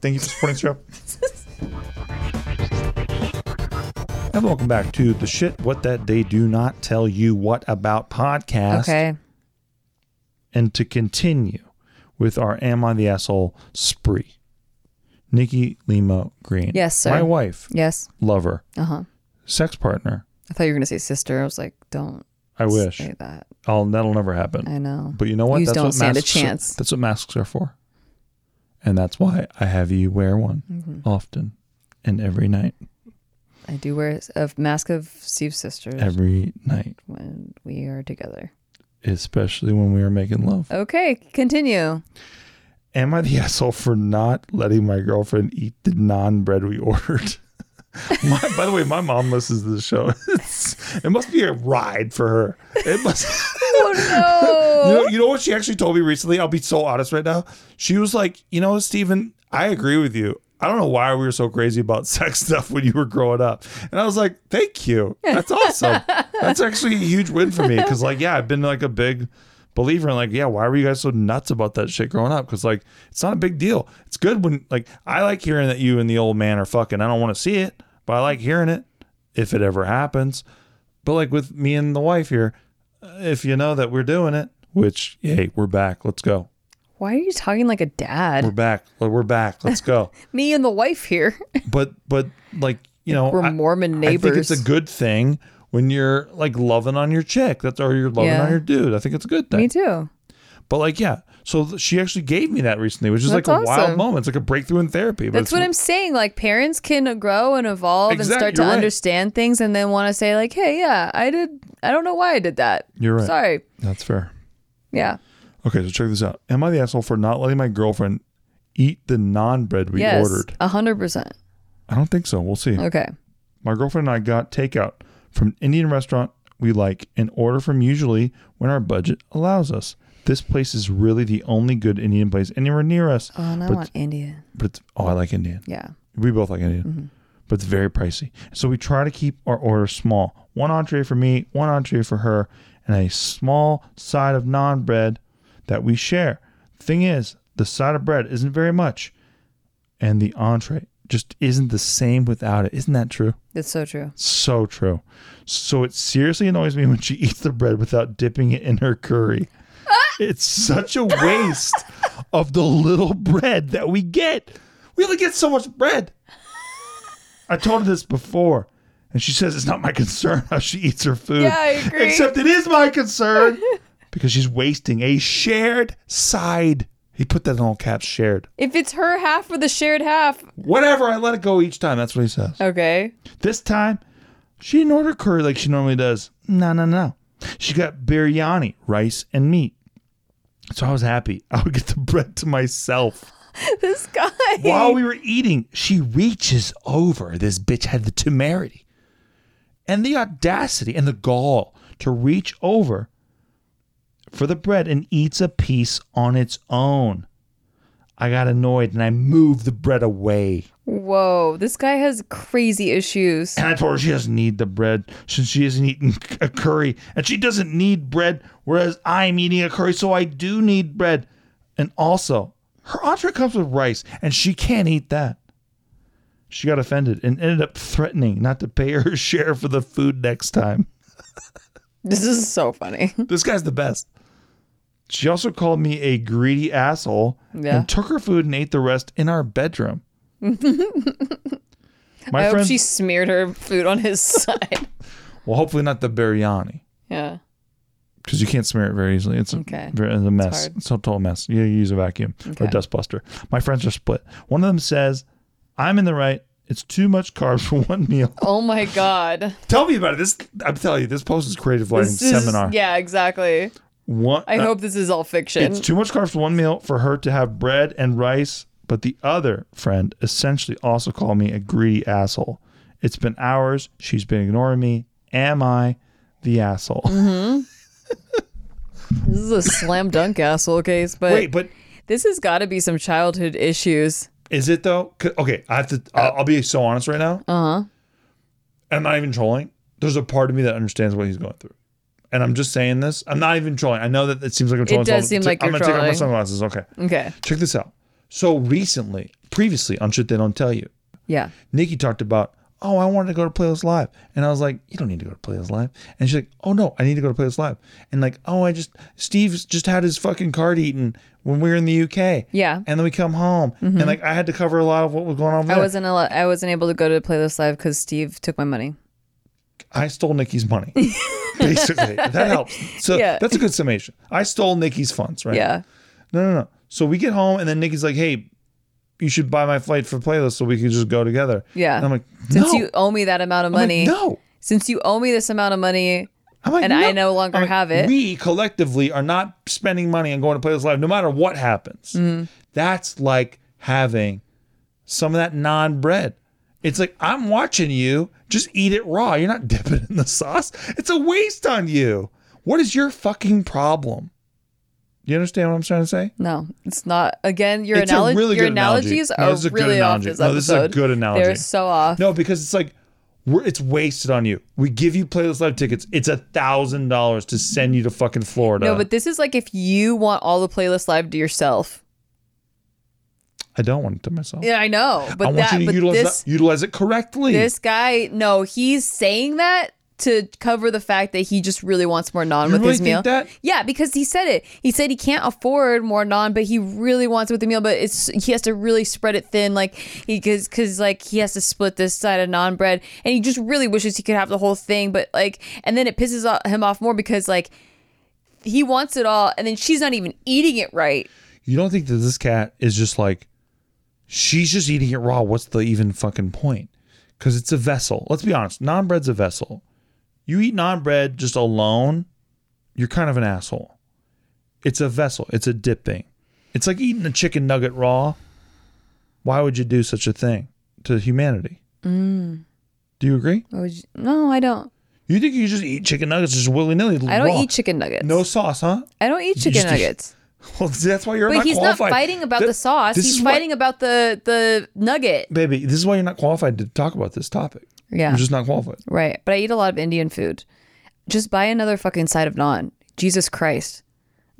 A: Thank you for supporting the show. And welcome back to the shit what that they do not tell you what about podcast.
B: Okay,
A: and to continue with our Am I the Asshole spree. Nikki Limo Green.
B: Yes, sir.
A: My wife,
B: yes,
A: lover,
B: uh huh.
A: sex partner.
B: I thought you were gonna say sister. I was like, don't
A: I wish.
B: say that.
A: I'll, that'll never happen.
B: I know.
A: But you know what?
B: You don't
A: what
B: stand a
A: masks are-
B: chance.
A: that's what masks are for. And that's why I have you wear one
B: Mm-hmm.
A: often and every night.
B: I do wear a mask of Steve's sisters
A: Every night,
B: when we are together.
A: especially when we are making love.
B: Okay, continue.
A: Am I the asshole for not letting my girlfriend eat the non bread we ordered? my, by the way, my mom listens to the show. It's, it must be a ride for her. It must.
B: Oh
A: You know, you know what she actually told me recently? I'll be so honest right now. She was like, you know, Steven, I agree with you. I don't know why we were so crazy about sex stuff when you were growing up. And I was like, thank you. That's awesome. That's actually a huge win for me. Cause like, yeah, I've been like a big believer in like, yeah, why were you guys so nuts about that shit growing up? Cause like, it's not a big deal. It's good when like, I like hearing that you and the old man are fucking. I don't want to see it, but I like hearing it if it ever happens. But like with me and the wife here, if you know that we're doing it, which hey, we're back. Let's go.
B: Why are you talking like a
A: We're
B: dad?
A: back. We're back. Let's go.
B: Me and the wife here.
A: but but like you know,
B: We're Mormon
A: I think
B: neighbors.
A: it's a good thing when you're like loving on your chick. That's or you're loving
B: Yeah.
A: on your dude. I think it's a good thing.
B: Me too.
A: But like yeah, so th- she actually gave me that recently, which is
B: That's
A: like a wild
B: awesome.
A: moment. It's like a breakthrough in therapy. But
B: That's what I'm saying. Like parents can grow and evolve
A: Exact-
B: and start to
A: you're right.
B: understand things, and then want to say like, "Hey, yeah, I did. I don't know why I did that.
A: You're right.
B: Sorry.
A: That's fair.
B: Yeah.
A: Okay, so check this out. Am I the asshole for not letting my girlfriend eat the non bread we
B: yes.
A: ordered?
B: A hundred percent.
A: I don't think so. We'll see.
B: Okay.
A: My girlfriend and I got takeout from an Indian restaurant we like and order from usually when our budget allows us. This place is really the only good Indian place anywhere near us.
B: Oh, and I
A: but,
B: want India.
A: but it's, oh, I like Indian.
B: Yeah.
A: We both like Indian,
B: Mm-hmm.
A: but it's very pricey. So we try to keep our order small. One entree for me, one entree for her, and a small side of non bread that we share. Thing is, the side of bread isn't very much, and the entree just isn't the same without it. Isn't that true?
B: That's so true.
A: So true. So it seriously annoys me when she eats the bread without dipping it in her curry. It's such a waste of the little bread that we get. We only get so much bread. I told her this before, and she says it's not my concern how she eats her food.
B: Yeah, I agree.
A: Except it is my concern because she's wasting a shared side. He put that in all caps shared.
B: If it's her half or the shared half,
A: Whatever, I let it go each time. That's what he says.
B: okay.
A: This time, she didn't order curry like she normally does. No, no, no. She got biryani, rice, and meat. So I was happy. I would get the bread to myself.
B: This guy.
A: While we were eating, she reaches over. This bitch had the temerity and the audacity and the gall to reach over for the bread and eats a piece on its own. I got annoyed and I moved the bread away.
B: Whoa, this guy has crazy issues.
A: And I told her she doesn't need the bread since she isn't eating a curry. And she doesn't need bread, whereas I'm eating a curry, so I do need bread. And also, her entree comes with rice, and she can't eat that. She got offended and ended up threatening not to pay her share for the food next time.
B: This is so funny.
A: This guy's the best. She also called me a greedy asshole
B: Yeah.
A: and took her food and ate the rest in our bedroom.
B: I
A: My
B: hope
A: friend,
B: she smeared her food on his side.
A: well, hopefully not the biryani.
B: yeah.
A: because you can't smear it very easily. It's
B: Okay.
A: a, very, it's a mess.
B: hard.
A: It's, a total mess. You use a vacuum or a dust buster. My friends are split. One of them says, "I'm in the right. It's too much carbs for one meal."
B: Oh my god.
A: Tell me about it. This I'm telling you, this post is creative writing
B: This is-
A: seminar.
B: Yeah, exactly.
A: One,
B: I
A: uh,
B: hope this is all fiction.
A: it's too much carbs for one meal for her to have bread and rice. But the other friend essentially also called me a greedy asshole. It's been hours. She's been ignoring me. Am I the asshole?
B: Mm-hmm. This is a slam dunk asshole case, but
A: Wait, but
B: this has got to be some childhood issues.
A: Is it though? 'Cause- Okay, I have to. I'll, I'll be so honest right now. Uh huh.
B: Uh-huh.
A: I'm not even trolling. There's a part of me that understands what he's going through, and I'm just saying this. I'm not even trolling. I know that it seems like I'm trolling.
B: does seem
A: I'm
B: like
A: I'm
B: you're
A: gonna take off my
B: trolling.
A: sunglasses. Okay,
B: Okay.
A: check this out. So recently, previously on shit they don't tell you,
B: Yeah.
A: Nikki talked about. Oh, I wanted to go to Playlist Live, and I was like, "You don't need to go to Playlist Live." And she's like, "Oh no, I need to go to Playlist Live." And like, "Oh, I just Steve's just had his fucking card eaten when we were in the UK."
B: Yeah. Mm-hmm.
A: and then we come home and like i had to cover a lot of what was going on with
B: I wasn't al- I wasn't able to go to Playlist Live because Steve took my money.
A: i stole nikki's money basically that helps so
B: Yeah.
A: that's a good summation i stole nikki's funds right
B: Yeah.
A: no no no so we get home and then nikki's like hey you should buy my flight for playlist so we could just go together
B: Yeah.
A: and i'm like no.
B: Since you owe me that amount of
A: I'm like,
B: money,
A: no
B: since you owe me this amount of money,
A: I'm like,
B: And I no longer
A: I'm like,
B: have it.
A: We collectively are not spending money on going to Playlist Live, no matter what happens.
B: Mm-hmm.
A: That's like having some of that non bread. It's like, I'm watching you. Just eat it raw. You're not dipping it in the sauce. It's a waste on you. What is your fucking problem? You understand what I'm trying to say?
B: no, it's not. Again, your
A: It's a
B: analogy,
A: really
B: your
A: good analogy.
B: analogies
A: No,
B: are
A: this is a good
B: really off
A: analogy.
B: this
A: No, this is a
B: episode.
A: good analogy.
B: They're so off.
A: No, because it's like we're, it's wasted on you. We give you Playlist Live tickets. It's a thousand dollars to send you to fucking Florida.
B: No, but this is like if you want all the playlist live to yourself.
A: I don't want it to myself.
B: Yeah, I know, but
A: Oh. I want
B: that,
A: you to
B: but
A: utilize,
B: this,
A: that, utilize it correctly.
B: this guy, no, he's saying that to cover the fact that he just really wants more non
A: You
B: with
A: really
B: his
A: think
B: meal.
A: that?
B: Yeah, because he said it. He said he can't afford more non, but he really wants it with the meal. But it's he has to really spread it thin, like he because because like he has to split this side of non bread, and he just really wishes he could have the whole thing. But like, and then it pisses o- him off more because like he wants it all, and then she's not even eating it right.
A: you don't think that this cat is just like, she's just eating it raw. What's the even fucking point? Because it's a vessel. Let's be honest. Non bread's a vessel. You eat non bread just alone, you're kind of an asshole. It's a vessel, it's a dipping. It's like eating a chicken nugget raw. Why would you do such a thing to humanity?
B: Mm.
A: Do you agree?
B: Why would you- no, I don't.
A: You think you just eat chicken nuggets just willy nilly?
B: I don't eat chicken nuggets.
A: No sauce, huh?
B: I don't
A: You
B: eat chicken
A: just-
B: nuggets.
A: Well, that's why you're
B: But
A: not
B: he's
A: qualified.
B: not fighting about
A: Th-
B: the sauce.
A: this
B: He's
A: is why-
B: fighting about the the nugget.
A: baby. This is why you're not qualified to talk about this topic.
B: Yeah.
A: You're just not qualified.
B: Right. But I eat a lot of Indian food. Just buy another fucking side of naan. Jesus Christ.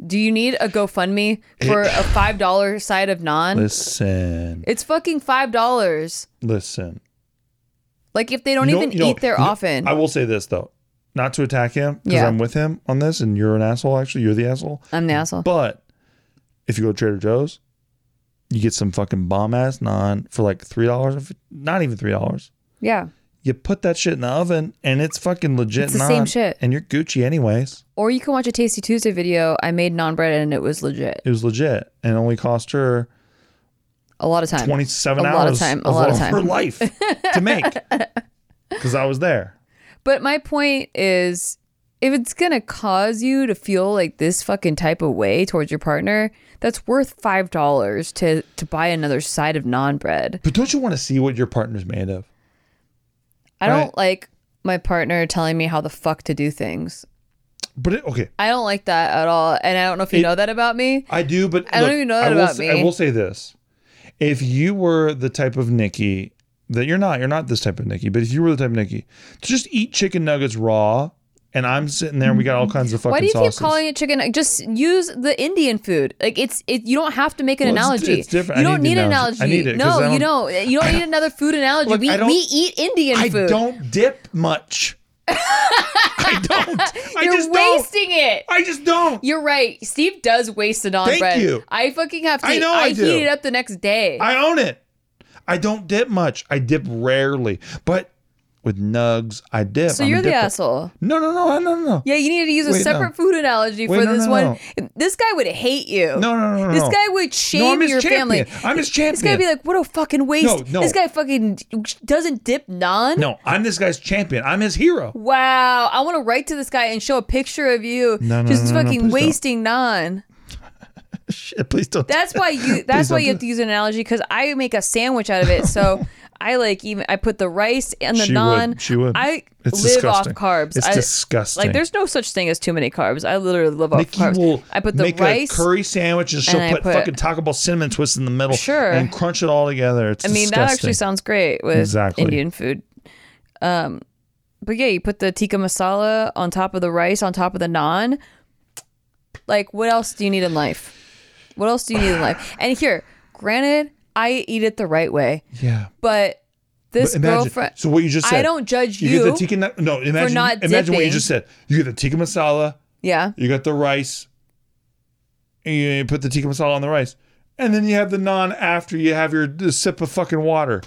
B: Do you need a GoFundMe for a five dollar side of naan?
A: Listen,
B: It's fucking five dollars.
A: listen.
B: Like if they don't
A: You know-
B: even
A: you know-
B: eat there
A: you know-
B: often.
A: I will say this though, not to attack him because
B: Yeah.
A: I'm with him on this, and you're an asshole. Actually, you're the asshole.
B: I'm the asshole.
A: But if you go to Trader Joe's, you get some fucking bomb ass naan for like three dollars, not even three dollars.
B: yeah.
A: You put that shit in the oven, and it's fucking legit.
B: It's the same
A: naan,
B: shit.
A: and you're Gucci anyways.
B: Or you can watch a Tasty Tuesday video. I made naan bread and it was legit.
A: It was legit, and only cost her
B: A lot of time.
A: 27
B: a
A: hours
B: lot of time. A
A: of
B: lot of
A: all
B: time.
A: her life to make because I was there.
B: But my point is, if it's gonna cause you to feel like this fucking type of way towards your partner, that's worth five dollars to to buy another side of non bread.
A: But don't you want to see what your partner's made of?
B: I don't
A: Right.
B: like my partner telling me how the fuck to do things.
A: But it, okay,
B: I don't like that at all, and I don't know if you
A: It-
B: know that about me.
A: I do, but
B: I don't even know that
A: I will,
B: about
A: say-
B: me.
A: I will say this: if you were the type of Nikki that you're not, you're not this type of Nikki, but if you were the type of Nikki to just eat chicken nuggets raw, and I'm sitting there, and we got all kinds of fucking.
B: Why do you
A: sauces.
B: keep calling it chicken? Just use the Indian food. Like it's it. You don't have to make an
A: Well, it's-
B: analogy.
A: it's different.
B: You
A: I
B: don't
A: need
B: need
A: the
B: an
A: analogy.
B: analogy.
A: I need it 'cause
B: no,
A: I
B: you
A: don't-
B: don't. You don't need another food analogy.
A: Look, I
B: we,
A: don't-
B: we eat Indian
A: I
B: food.
A: don't dip much. I don't. I
B: You're
A: just don't.
B: wasting it.
A: I just don't.
B: You're right. Steve does waste it on
A: Thank
B: bread.
A: you.
B: I fucking have to.
A: I know I do.
B: heat it up the next day.
A: I own it. I don't dip much. I dip rarely, but with nugs, I dip.
B: so
A: I'm a
B: you're the
A: dipper.
B: asshole.
A: No, no, no, no, no, no.
B: Yeah, you need to use a
A: Wait, no.
B: separate food analogy
A: Wait,
B: for
A: no,
B: this
A: no,
B: one. This guy would hate you.
A: No, no, no, no,
B: This
A: no.
B: guy
A: No,
B: would shame
A: I'm his
B: your
A: champion.
B: family.
A: I'm his champion.
B: This guy would be like, what a fucking waste.
A: No, no.
B: This guy fucking doesn't dip naan.
A: No, I'm this guy's champion. I'm his hero.
B: Wow. I want to write to this guy and show a picture of you
A: No, no,
B: just
A: no, no,
B: fucking
A: please don't.
B: wasting naan.
A: Shit, please don't.
B: That's why you that's
A: don't
B: why you
A: do
B: have to use an analogy because I make a sandwich out of it. So I like even I put the rice and the
A: She would.
B: naan.
A: She would.
B: I
A: It's
B: live
A: disgusting.
B: off carbs.
A: It's
B: I-
A: disgusting.
B: Like there's no such thing as too many carbs. I literally live off
A: Nikki
B: carbs.
A: will
B: I put the
A: make
B: rice
A: a curry sandwich and she'll
B: and I
A: put,
B: put-
A: fucking Taco Bell cinnamon twists in the middle
B: Sure.
A: and crunch it all together. It's
B: I mean, that actually
A: disgusting.
B: sounds great with
A: Exactly.
B: Indian food. Um, but yeah, you put the tikka masala on top of the rice, on top of the naan. Like, what else do you need in life? What else do you need in life? And here, granted, I eat it the right way,
A: Yeah.
B: but this
A: But imagine,
B: girlfriend.
A: So what you just
B: I
A: said?
B: don't judge
A: You get
B: you
A: the tikka. na- No, imagine.
B: not
A: imagine what you
B: dipping.
A: just said. You get the tikka masala.
B: yeah,
A: You got the rice. And you, you put the tikka masala on the rice, and then you have the naan after you have your the sip of fucking water.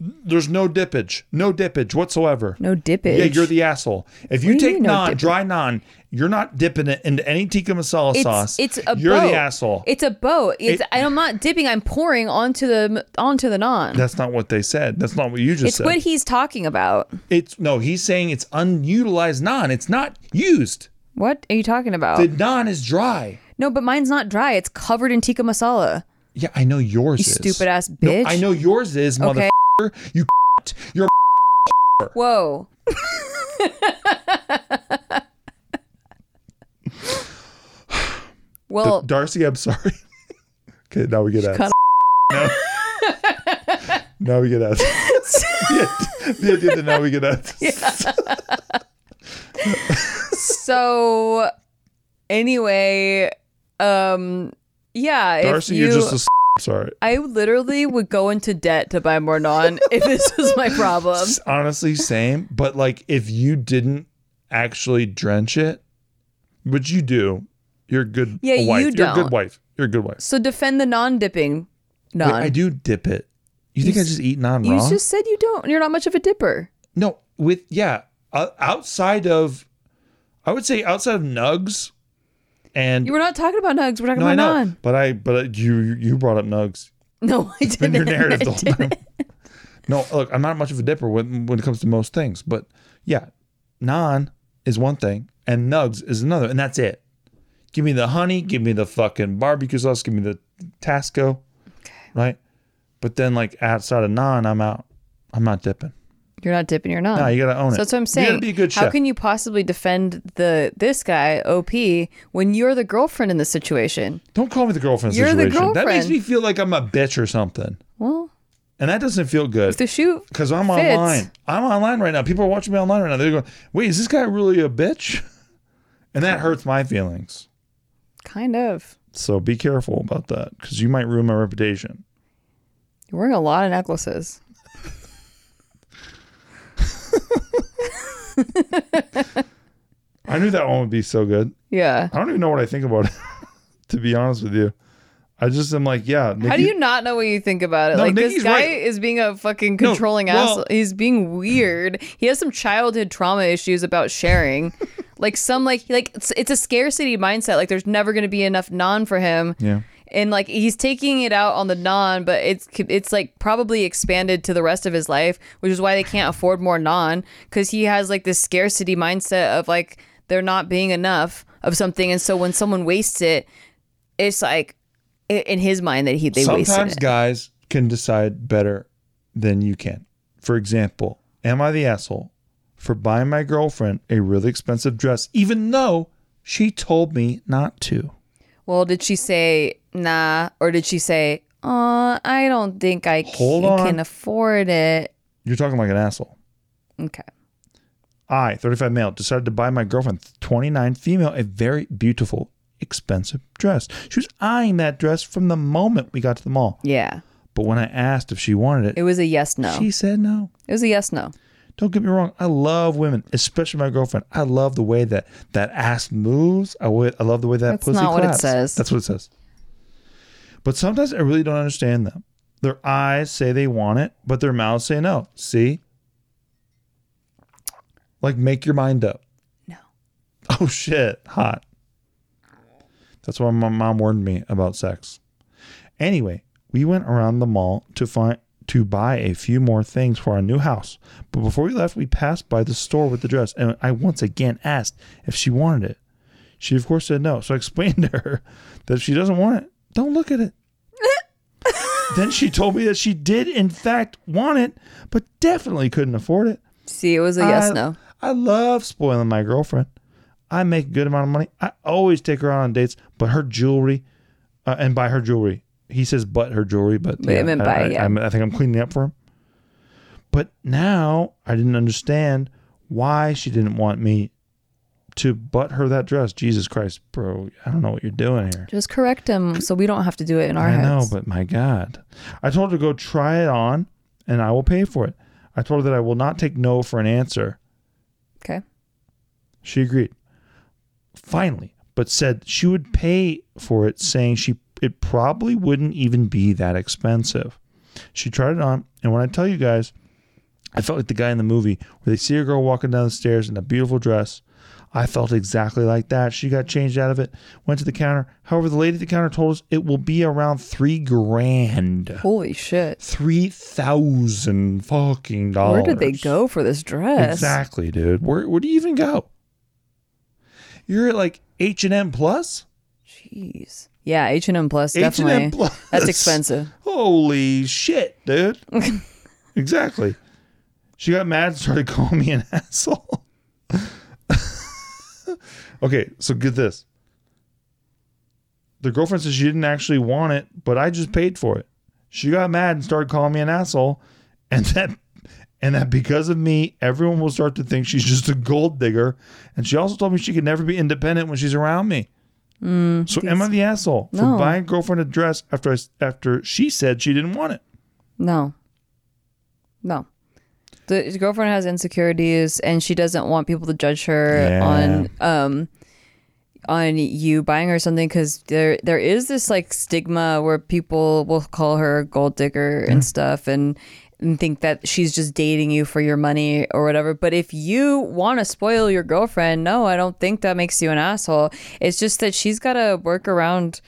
A: There's no dippage, no dippage whatsoever.
B: no dippage.
A: Yeah, you're the asshole. If you
B: What do you
A: take
B: mean, no
A: naan,
B: dipping?
A: dry naan, you're not dipping it into any tikka masala
B: it's,
A: sauce.
B: It's a
A: you're
B: boat.
A: the asshole.
B: It's a boat. It's
A: It-
B: I'm not dipping. I'm pouring onto the onto the naan.
A: That's not what they said. That's not what you just
B: it's
A: said.
B: what he's talking about.
A: it's no. He's saying it's unutilized naan. It's not used.
B: What are you talking about?
A: The naan is dry.
B: No, but mine's not dry. It's covered in tikka masala.
A: Yeah, I know yours
B: You
A: is.
B: stupid-ass
A: No,
B: bitch.
A: I know yours is,
B: Okay.
A: motherfucker. You c***. You're
B: Whoa. well,
A: D- Darcy, I'm sorry. okay, now we get out.
B: cut
A: Now, now we get out. yeah, yeah, yeah, now we get out.
B: so anyway, um yeah, if
A: Darcy,
B: you
A: you're just a s- sorry.
B: I literally would go into debt to buy more non if this was my problem.
A: S- Honestly, same. But like, if you didn't actually drench it, which you do, you're a good.
B: Yeah,
A: wife.
B: you
A: You're a
B: don't.
A: good wife. You're a good wife.
B: So defend the non-dipping
A: Wait,
B: non.
A: I do dip it. You think I just eat non
B: you
A: raw?
B: just said you don't. You're not much of a dipper.
A: No, with yeah, uh, outside of, I would say outside of nugs, and
B: You were not talking about nugs. We're talking
A: no, I
B: about
A: know,
B: non.
A: but I but uh, you you brought up nugs
B: No, I didn't.
A: in your narrative
B: I
A: the whole
B: didn't.
A: time. No, look, I'm not much of a dipper when when it comes to most things, but yeah, non is one thing and nugs is another, and that's it. Give me the honey, give me the fucking barbecue sauce, give me the Tasco, right? But then like outside of non, I'm out. I'm not dipping.
B: You're not dipping. You're not.
A: No, you gotta own it.
B: So that's what I'm saying.
A: You gotta be a good chef.
B: How can you possibly defend the this guy OP when you're the girlfriend in this situation?
A: Don't call me the girlfriend
B: You're the
A: situation. That makes
B: girlfriend.
A: me feel like I'm a bitch or something.
B: Well,
A: And that doesn't feel good.
B: if the shoe
A: Because I'm
B: fits,
A: online. I'm online right now. People are watching me online right now. They're going, wait, is this guy really a bitch? And that hurts my feelings.
B: kind of.
A: So be careful about that because you might ruin my reputation.
B: You're wearing a lot of necklaces.
A: I knew that one would be so good.
B: Yeah.
A: I don't even know what I think about it, to be honest with you. I just am like, yeah.
B: How do
A: Nikki-
B: you not know what you think about it?
A: No,
B: like
A: Nikki's
B: this guy
A: right.
B: is being a fucking
A: No,
B: controlling
A: well-
B: asshole. He's being weird. He has some childhood trauma issues about sharing. like some like like it's, it's a scarcity mindset. Like there's never going to be enough non for him.
A: Yeah.
B: And like he's taking it out on the non, but it's it's like probably expanded to the rest of his life, which is why they can't afford more non because he has like this scarcity mindset of like there not being enough of something, and so when someone wastes it, it's like i- in his mind that he they wasted
A: Sometimes
B: it.
A: guys can decide better than you can. For example, am I the asshole for buying my girlfriend a really expensive dress, even though she told me not to.
B: Well, did she say nah, or did she say, "Uh, I don't think I c-
A: Hold on.
B: can afford it"?
A: You're talking like an asshole.
B: Okay.
A: I, 35 male, decided to buy my girlfriend, 29 female, a very beautiful, expensive dress. She was eyeing that dress from the moment we got to the mall.
B: Yeah.
A: But when I asked if she wanted it,
B: It was a yes no.
A: she said no.
B: It was a yes no.
A: Don't get me wrong. I love women, especially my girlfriend. I love the way that that ass moves. I, wa- I love the way that
B: That's
A: pussy
B: not what it
A: claps.
B: says.
A: That's what it says. But sometimes I really don't understand them. Their eyes say they want it, but their mouths say no. See? Like, make your mind up.
B: No.
A: Oh, shit. Hot. That's why my mom warned me about sex. Anyway, we went around the mall to find to buy a few more things for our new house. But before we left, we passed by the store with the dress, and I once again asked if she wanted it. She of course said no. So I explained to her that if she doesn't want it, don't look at it. then she told me that she did in fact want it, but definitely couldn't afford it.
B: See, it was a yes
A: I-
B: no.
A: I love spoiling my girlfriend. I make a good amount of money. I always take her out on dates, but her jewelry, uh, and buy her jewelry. He says, but her jewelry, but
B: But I meant
A: I,
B: buy,
A: I-
B: yeah.
A: I'm- I think I'm cleaning up for him. But now I didn't understand why she didn't want me to butt her that dress. Jesus Christ, bro, I don't know what you're doing here.
B: Just correct him so we don't have to do it in our
A: I
B: heads.
A: know, but my God. I told her to go try it on and I will pay for it. I told her that I will not take no for an answer.
B: okay.
A: She agreed. Finally, but said she would pay for it, saying she it probably wouldn't even be that expensive. She tried it on, and when I tell you guys, I felt like the guy in the movie where they see a girl walking down the stairs in a beautiful dress. I felt exactly like that. She got changed out of it, went to the counter. However, the lady at the counter told us it will be around three grand.
B: Holy shit.
A: Three thousand fucking dollars.
B: Where did they go for this dress?
A: Exactly, dude. Where where do you even go? You're at like H and M plus.
B: Jeez. Yeah, H and M Plus
A: H&M
B: definitely.
A: Plus.
B: That's expensive.
A: Holy shit, dude. exactly. She got mad and started calling me an asshole. okay, so get this. The girlfriend says she didn't actually want it, but I just paid for it. She got mad and started calling me an asshole, and that and that because of me, everyone will start to think she's just a gold digger. And she also told me she could never be independent when she's around me. so am I the asshole for
B: No.
A: buying girlfriend a dress after I s after she said she didn't want it?
B: No. No. The his girlfriend has insecurities and she doesn't want people to judge her
A: Yeah.
B: on um on you buying her something cuz there there is this like stigma where people will call her a gold digger and stuff and and think that she's just dating you for your money or whatever. But if you want to spoil your girlfriend, no, I don't think that makes you an asshole. It's just that she's got to work around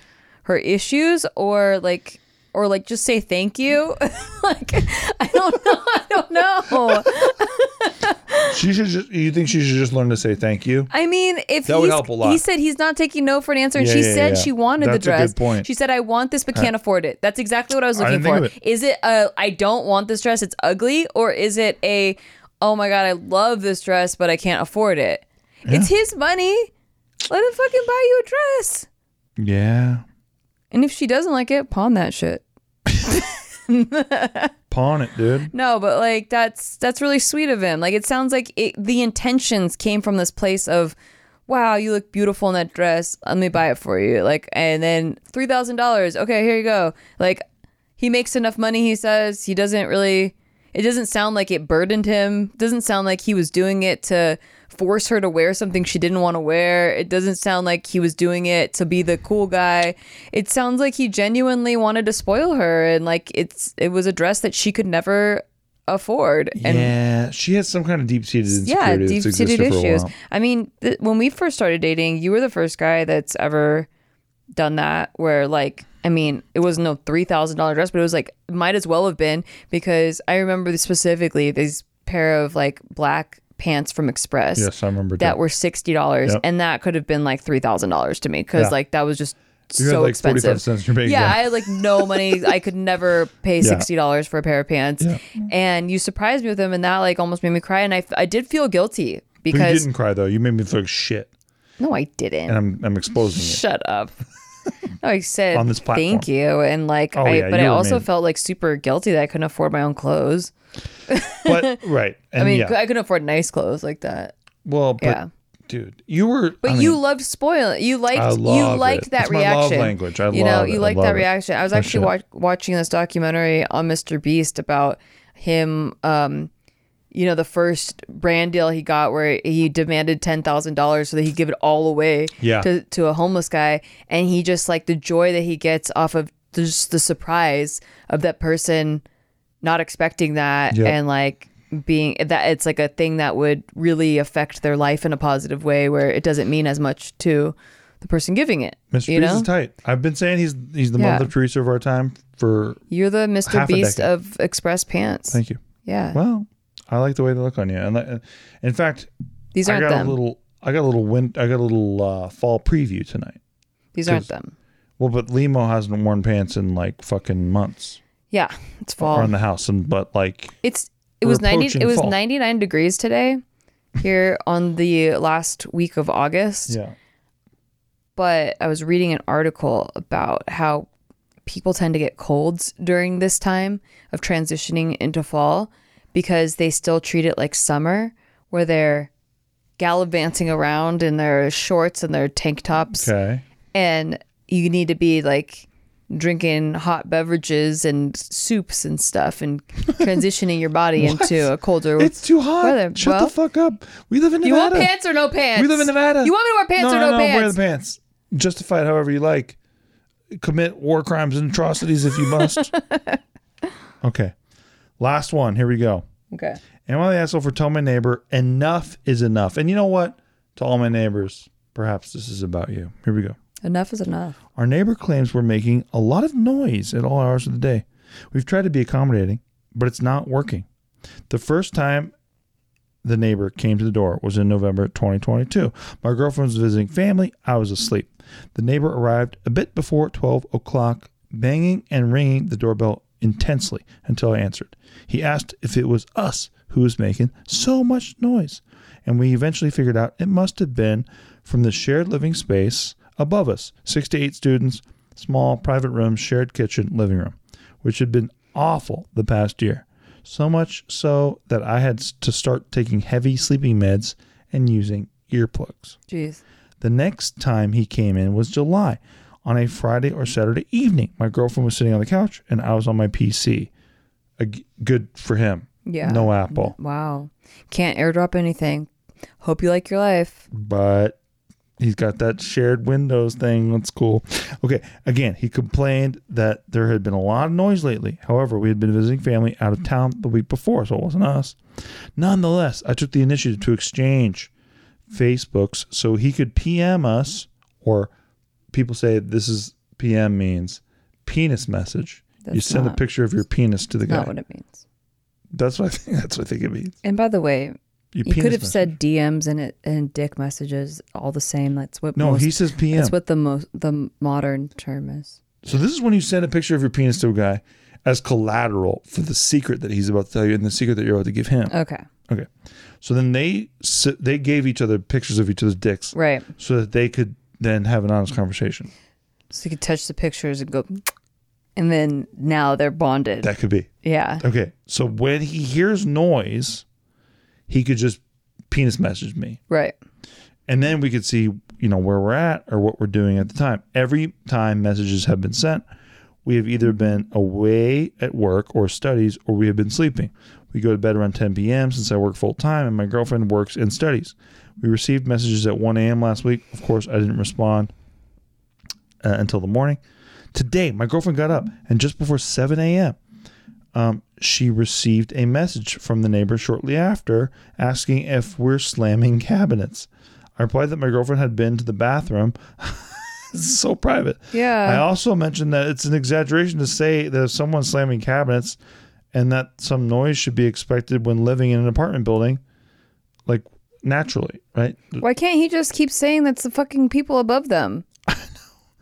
B: her issues or like or like just say thank you. like I don't know. I don't know.
A: She should just you think she should just learn to say thank you?
B: I mean, if
A: That would
B: he's,
A: help a lot.
B: he said he's not taking no for an answer, and
A: Yeah,
B: she
A: yeah,
B: said
A: yeah.
B: she wanted
A: That's a good
B: the dress.
A: point.
B: She said, "I want this, but can't afford it." That's exactly what I was
A: I
B: looking
A: didn't
B: for.
A: think of
B: Is it a I don't want this dress? It's ugly, or is it a Oh my god, I love this dress, but I can't afford it. It's his money. Let him fucking buy you a dress.
A: Yeah.
B: And if she doesn't like it, pawn that shit.
A: Pawn it, dude.
B: No, but like that's that's really sweet of him. Like it sounds like it, the intentions came from this place of, wow, you look beautiful in that dress. Let me buy it for you. Like and then three thousand dollars. Okay, here you go. Like he makes enough money. He says he doesn't really. It doesn't sound like it burdened him. Doesn't sound like he was doing it to force her to wear something she didn't want to wear. It doesn't sound like he was doing it to be the cool guy. It sounds like he genuinely wanted to spoil her and like it's it was a dress that she could never afford. And
A: yeah. She has some kind of deep seated
B: yeah,
A: insecurity. that's
B: deep seated
A: existed for a
B: issues.
A: while.
B: I mean, th- when we first started dating, you were the first guy that's ever done that. Where like, I mean, it was no three thousand dollar dress, but it was like might as well have been because I remember specifically these pair of like black pants from Express
A: Yes, I remember
B: that
A: too.
B: were sixty dollars,
A: Yep.
B: and that could have been like three thousand dollars to me because
A: Yeah.
B: like that was just
A: You had,
B: so
A: like,
B: expensive.
A: 45 cents in your bank
B: yeah,
A: account.
B: I had like no money. I could never pay
A: Yeah.
B: sixty dollars for a pair of pants.
A: Yeah.
B: And you surprised me with them, and that like almost made me cry. And I, I did feel guilty
A: But you
B: because
A: didn't cry though. You made me feel like shit,
B: no, I didn't.
A: and I'm I'm exposing it.
B: Shut up. No, I said
A: On this platform.
B: thank you, and like
A: Oh,
B: I,
A: yeah,
B: but
A: you
B: I
A: were
B: also
A: made-
B: felt like super guilty that I couldn't afford my own clothes.
A: But right, and
B: I mean,
A: yeah.
B: I couldn't afford nice clothes like that.
A: well, but
B: yeah.
A: dude, you were.
B: But
A: I mean,
B: you loved spoil. You liked.
A: I
B: you
A: love
B: liked
A: it.
B: that
A: It's my
B: reaction.
A: love language. I
B: you know,
A: love it.
B: you
A: I
B: liked
A: love
B: that
A: it.
B: reaction. I was
A: Oh,
B: actually
A: shit.
B: wa- watching this documentary on Mr. Beast about him. Um, you know, the first brand deal he got where he demanded ten thousand dollars so that he'd give it all away
A: Yeah.
B: to to a homeless guy, and he just like the joy that he gets off of just the surprise of that person not expecting that
A: Yep.
B: and like being that it's like a thing that would really affect their life in a positive way where it doesn't mean as much to the person giving it.
A: Mr.
B: you
A: Beast
B: know?
A: is tight. I've been saying he's he's the
B: Yeah.
A: Mother Teresa of our time for.
B: You're the Mr.
A: Half a
B: Beast
A: decade.
B: of Express Pants.
A: Thank you.
B: yeah.
A: Well, I like the way they look on you, and like, in fact,
B: These
A: I
B: aren't
A: got
B: them.
A: a little. I got a little win. I got a little uh, fall preview tonight.
B: These aren't them.
A: Well, but Limo hasn't worn pants in like fucking months
B: Yeah. It's
A: around
B: fall.
A: the house, and but like
B: It's it
A: We're
B: was ninety
A: approaching
B: it was
A: fall.
B: ninety nine degrees today here on the last week of August.
A: yeah,
B: but I was reading an article about how people tend to get colds during this time of transitioning into fall because they still treat it like summer, where they're gallivanting around in their shorts and their tank tops.
A: okay,
B: And you need to be like drinking hot beverages and soups and stuff and transitioning your body into a colder
A: it's too hot.
B: weather.
A: Shut
B: Well,
A: the fuck up. We live in Nevada.
B: You want pants or no pants?
A: We live in Nevada.
B: You want me to wear pants
A: no,
B: or no,
A: no,
B: pants?
A: Wear the pants. Justify it however you like. Commit war crimes and atrocities if you must. okay. Last one. Here we go.
B: Okay.
A: Am I the asshole for telling my neighbor enough is enough? And you know what? To all my neighbors, perhaps this is about you. Here we go.
B: Enough is enough.
A: Our neighbor claims we're making a lot of noise at all hours of the day. We've tried to be accommodating, but it's not working. The first time the neighbor came to the door was in November 2022. My girlfriend was visiting family. I was asleep. The neighbor arrived a bit before 12 o'clock, banging and ringing the doorbell intensely until I answered. He asked if it was us who was making so much noise, and we eventually figured out it must have been from the shared living space above us six to eight students, small private room, shared kitchen, living room, which had been awful the past year. So much so that I had s- to start taking heavy sleeping meds and using earplugs.
B: Jeez.
A: The next time he came in was July on a Friday or Saturday evening. My girlfriend was sitting on the couch and I was on my PC. A g- good for him.
B: Yeah.
A: No Apple.
B: Wow. Can't airdrop anything. Hope you like your life.
A: but he's got that shared windows thing. That's cool. Okay. Again, he complained that there had been a lot of noise lately. However, we had been visiting family out of town the week before, so it wasn't us. Nonetheless, I took the initiative to exchange Facebooks so he could PM us, or people say this is PM means penis message. you
B: That's
A: send a
B: not-
A: picture of your penis to the guy.
B: Not what it means.
A: that's what I think. That's what I think it means.
B: And by the way,
A: Your
B: you could
A: penis
B: have
A: message.
B: said DMs and it and dick messages all the same. That's what
A: no.
B: most,
A: he says PM.
B: that's what the most the modern term is.
A: So this is when you send a picture of your penis to a guy as collateral for the secret that he's about to tell you and the secret that you're about to give him.
B: Okay.
A: Okay. So then they s- they gave each other pictures of each other's dicks
B: Right.
A: so that they could then have an honest conversation.
B: So you could touch the pictures and go and then now they're bonded.
A: That could be.
B: yeah.
A: Okay. So when he hears noise, he could just penis message me.
B: Right.
A: and then we could see you know where we're at or what we're doing at the time every time messages have been sent we have either been away at work or studies or we have been sleeping we go to bed around 10 p.m since i work full-time and my girlfriend works and studies we received messages at 1 a.m last week of course i didn't respond uh, until the morning today my girlfriend got up and just before 7 a.m um, she received a message from the neighbor shortly after asking if we're slamming cabinets. I replied that my girlfriend had been to the bathroom. this is so private.
B: Yeah.
A: I also mentioned that it's an exaggeration to say that if someone's slamming cabinets and that some noise should be expected when living in an apartment building, like naturally, right?
B: Why can't he just keep saying that's the fucking people above them?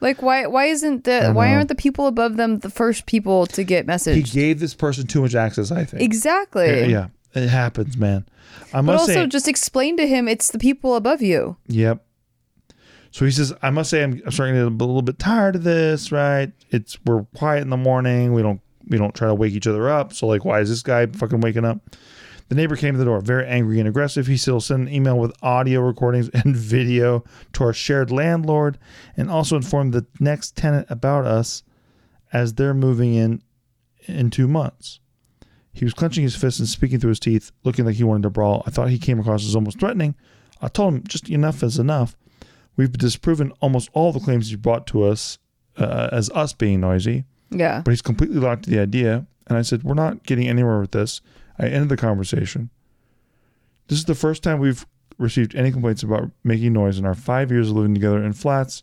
B: Like why why isn't the
A: don't
B: why
A: know.
B: aren't the people above them the first people to get
A: He
B: messaged?
A: gave this person too much access, I think.
B: exactly.
A: Yeah, yeah, it happens, man. I
B: But
A: must
B: also
A: say,
B: just explain to him it's the people above you.
A: yep. So he says, I must say, I'm, I'm starting to get a little bit tired of this. Right? It's we're quiet in the morning. We don't we don't try to wake each other up. So like, why is this guy fucking waking up? The neighbor came to the door, very angry and aggressive. He still sent an email with audio recordings and video to our shared landlord, and also informed the next tenant about us as they're moving in in two months. He was clenching his fists and speaking through his teeth, looking like he wanted to brawl. I thought he came across as almost threatening. I told him just enough is enough. We've disproven almost all the claims you brought to us uh, as us being noisy,
B: Yeah.
A: but he's completely locked to the idea. And I said, We're not getting anywhere with this. I ended the conversation. This is the first time we've received any complaints about making noise in our five years of living together in flats.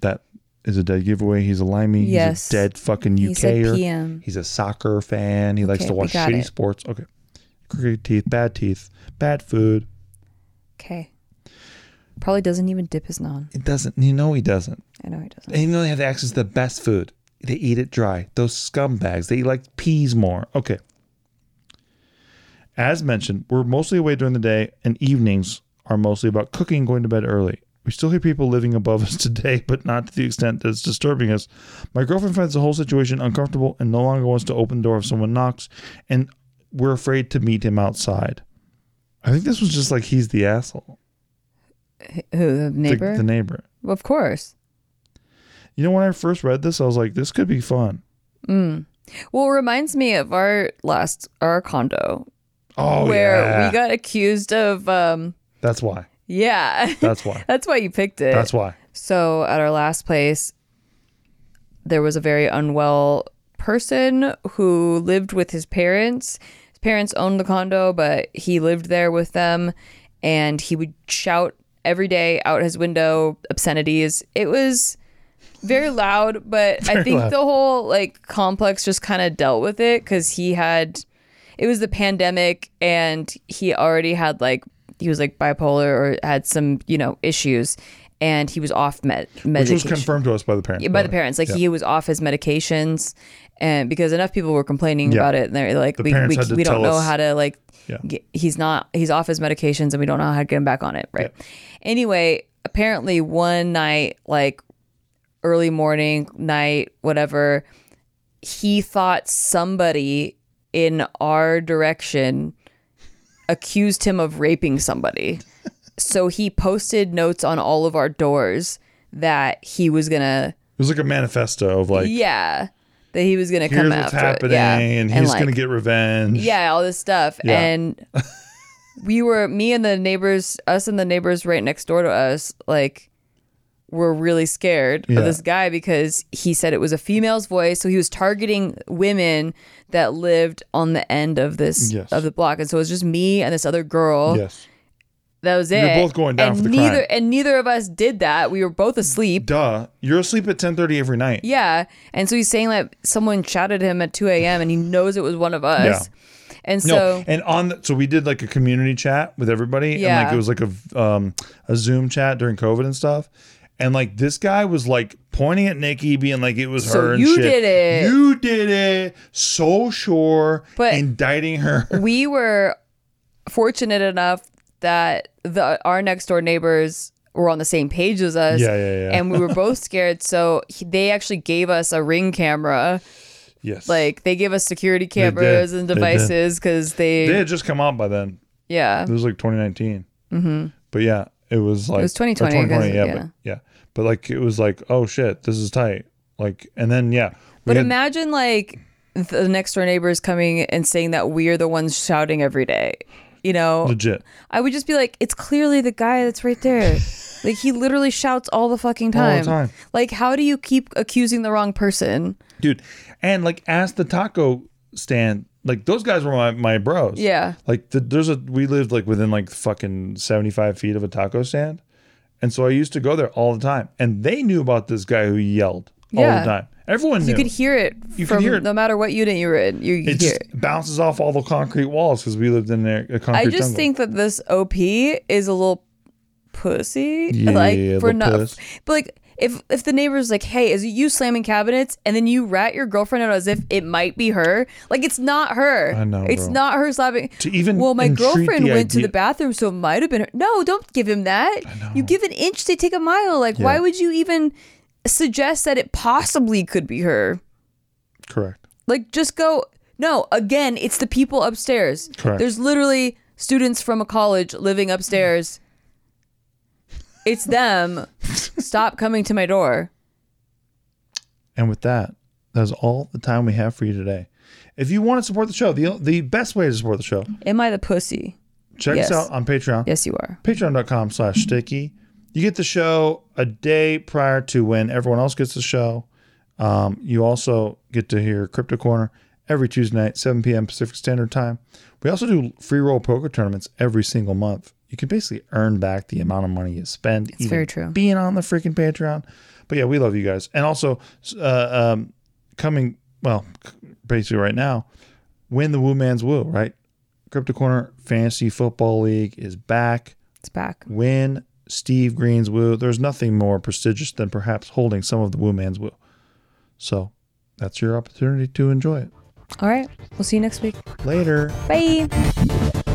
A: That is a dead giveaway. He's a limey.
B: Yes.
A: He's a dead fucking
B: He said
A: UKer.
B: PM.
A: He's a soccer fan. He likes
B: Okay,
A: to
B: we
A: watch
B: got
A: shitty
B: it.
A: sports. Okay. Crooked teeth, bad teeth, bad food.
B: Okay. Probably doesn't even dip his non.
A: It doesn't. You know he doesn't.
B: I know he doesn't.
A: And you know they have access to the best food. They eat it dry. Those scumbags. They eat like peas more. Okay. As mentioned, we're mostly away during the day, and evenings are mostly about cooking and going to bed early. We still hear people living above us today, but not to the extent that it's disturbing us. My girlfriend finds the whole situation uncomfortable and no longer wants to open the door if someone knocks, and we're afraid to meet him outside. I think this was just like he's the asshole.
B: Who the
A: Eh. The-
B: neighbor?
A: the neighbor.
B: of course.
A: You know, when I first read this, I was like, this could be fun.
B: Well, it reminds me of our last our condo
A: Oh,
B: where
A: yeah.
B: we got accused of um
A: That's why.
B: yeah.
A: That's why.
B: That's why you picked it.
A: That's why.
B: So at our last place, there was a very unwell person who lived with his parents. His parents owned the condo, but he lived there with them, and he would shout every day out his window obscenities. It was very loud, but I think
A: loud.
B: the whole like complex just kind of dealt with it because he had it was the pandemic and he already had like he was like bipolar or had some you know issues and he was off med
A: Which
B: medication
A: was confirmed to us by the parents.
B: by the parents like
A: Yeah.
B: he was off his medications and because enough people were complaining
A: Yeah.
B: about it and they're like
A: The
B: we,
A: parents
B: we,
A: had to
B: we don't
A: tell
B: know
A: us.
B: how to like
A: Yeah.
B: get, he's not he's off his medications and we don't know how to get him back on it right anyway apparently one night like early morning night whatever he thought somebody in our direction accused him of raping somebody. So he posted notes on all of our doors that he was gonna,
A: It was like a manifesto of like,
B: yeah, that he was gonna
A: here's
B: come
A: what's
B: after,
A: happening,
B: yeah,
A: and he's going to
B: like,
A: get revenge.
B: yeah, all this stuff,
A: Yeah.
B: and we were me and the neighbors, us and the neighbors right next door to us, like were really scared
A: Yeah.
B: of this guy because he said it was a female's voice, so he was targeting women that lived on the end of this
A: Yes.
B: of the block, and so it was just me and this other girl.
A: Yes.
B: That was it.
A: You're both going down
B: and
A: for the
B: neither,
A: crime.
B: And neither of us did that. We were both asleep.
A: Duh. You're asleep at 10.30 every night.
B: Yeah. And so he's saying that someone shouted at him at 2 a.m. and he knows it was one of us. And
A: No,
B: so,
A: and on the, so we did like a community chat with everybody, and like
B: Yeah.
A: it was like a um a Zoom chat during COVID and stuff, and like this guy was like pointing at Nikki, being like it was
B: So
A: her. and
B: you
A: shit.
B: did it.
A: You did it. So sure,
B: But-
A: indicting her.
B: we were fortunate enough that the our next door neighbors were on the same page as us.
A: Yeah, yeah, yeah.
B: And we were both scared. So he, they actually gave us a ring camera.
A: Yes,
B: Like they gave us security
A: did.
B: cameras and
A: They did.
B: devices because they,
A: they had just come out by then.
B: yeah.
A: It was like 2019. Mm-hmm. But yeah, it was like
B: was
A: or
B: 2020, I guess,
A: yeah,
B: yeah.
A: But, yeah, but like it was like oh shit, this is tight. Like and then yeah, we
B: But
A: had-
B: imagine like the next door neighbors coming and saying that we're the ones shouting every day. You know,
A: legit.
B: I would just be like, it's clearly the guy that's right there. like he literally shouts all the fucking
A: All the
B: time.
A: time.
B: Like, how do you keep accusing the wrong person?
A: dude. And like, ask the taco stand. Like those guys were my, my bros.
B: Yeah.
A: Like the, there's a we lived like within like fucking 75 feet of a taco stand, and so I used to go there all the time. And they knew about this guy who yelled all
B: Yeah.
A: the time. Everyone knew.
B: You could hear it
A: You could
B: from
A: hear it.
B: no matter what unit you were in. You
A: it
B: could hear.
A: just
B: it.
A: bounces off all the concrete walls because we lived in there a concrete
B: I just
A: jungle.
B: think that this OP is a little pussy.
A: Yeah,
B: like
A: a
B: for
A: little
B: not,
A: puss.
B: but like if if the neighbor's like, "Hey, is it you slamming cabinets?" and then you rat your girlfriend out as if it might be her, like it's not her.
A: I know,
B: it's
A: bro.
B: not her slapping.
A: To even
B: well, my
A: entreat
B: girlfriend
A: the
B: went to
A: idea-
B: the bathroom, so it might have been her. No, don't give him that. You give an inch, they take a mile. Like, why
A: Yeah.
B: would you even suggest that it possibly could be her?
A: Correct.
B: Like, just go. No, again, it's the people upstairs.
A: Correct.
B: There's literally students from a college living upstairs. It's them. Stop coming to my door.
A: And with that, that's all the time we have for you today. If you want to support the show, the the best way to support the show,
B: Am I the pussy?
A: check
B: Yes.
A: us out on Patreon.
B: Yes, you are.
A: Patreon.com slash sticky. You get the show a day prior to when everyone else gets the show. Um, you also get to hear Crypto Corner every Tuesday night, 7 p.m. Pacific Standard Time. We also do free roll poker tournaments every single month. You can basically earn back the amount of money you spend. It's
B: very true.
A: Being on the freaking Patreon. But yeah, we love you guys. And also, uh, um, coming, well, c- basically right now, win the Woo Man's Woo, right? Crypto Corner Fantasy Football League is back
B: It's back.
A: win Steve Green's woo. There's nothing more prestigious than perhaps holding some of the woo man's woo. So that's your opportunity to enjoy it.
B: All right. We'll see you next week.
A: Later.
B: Bye.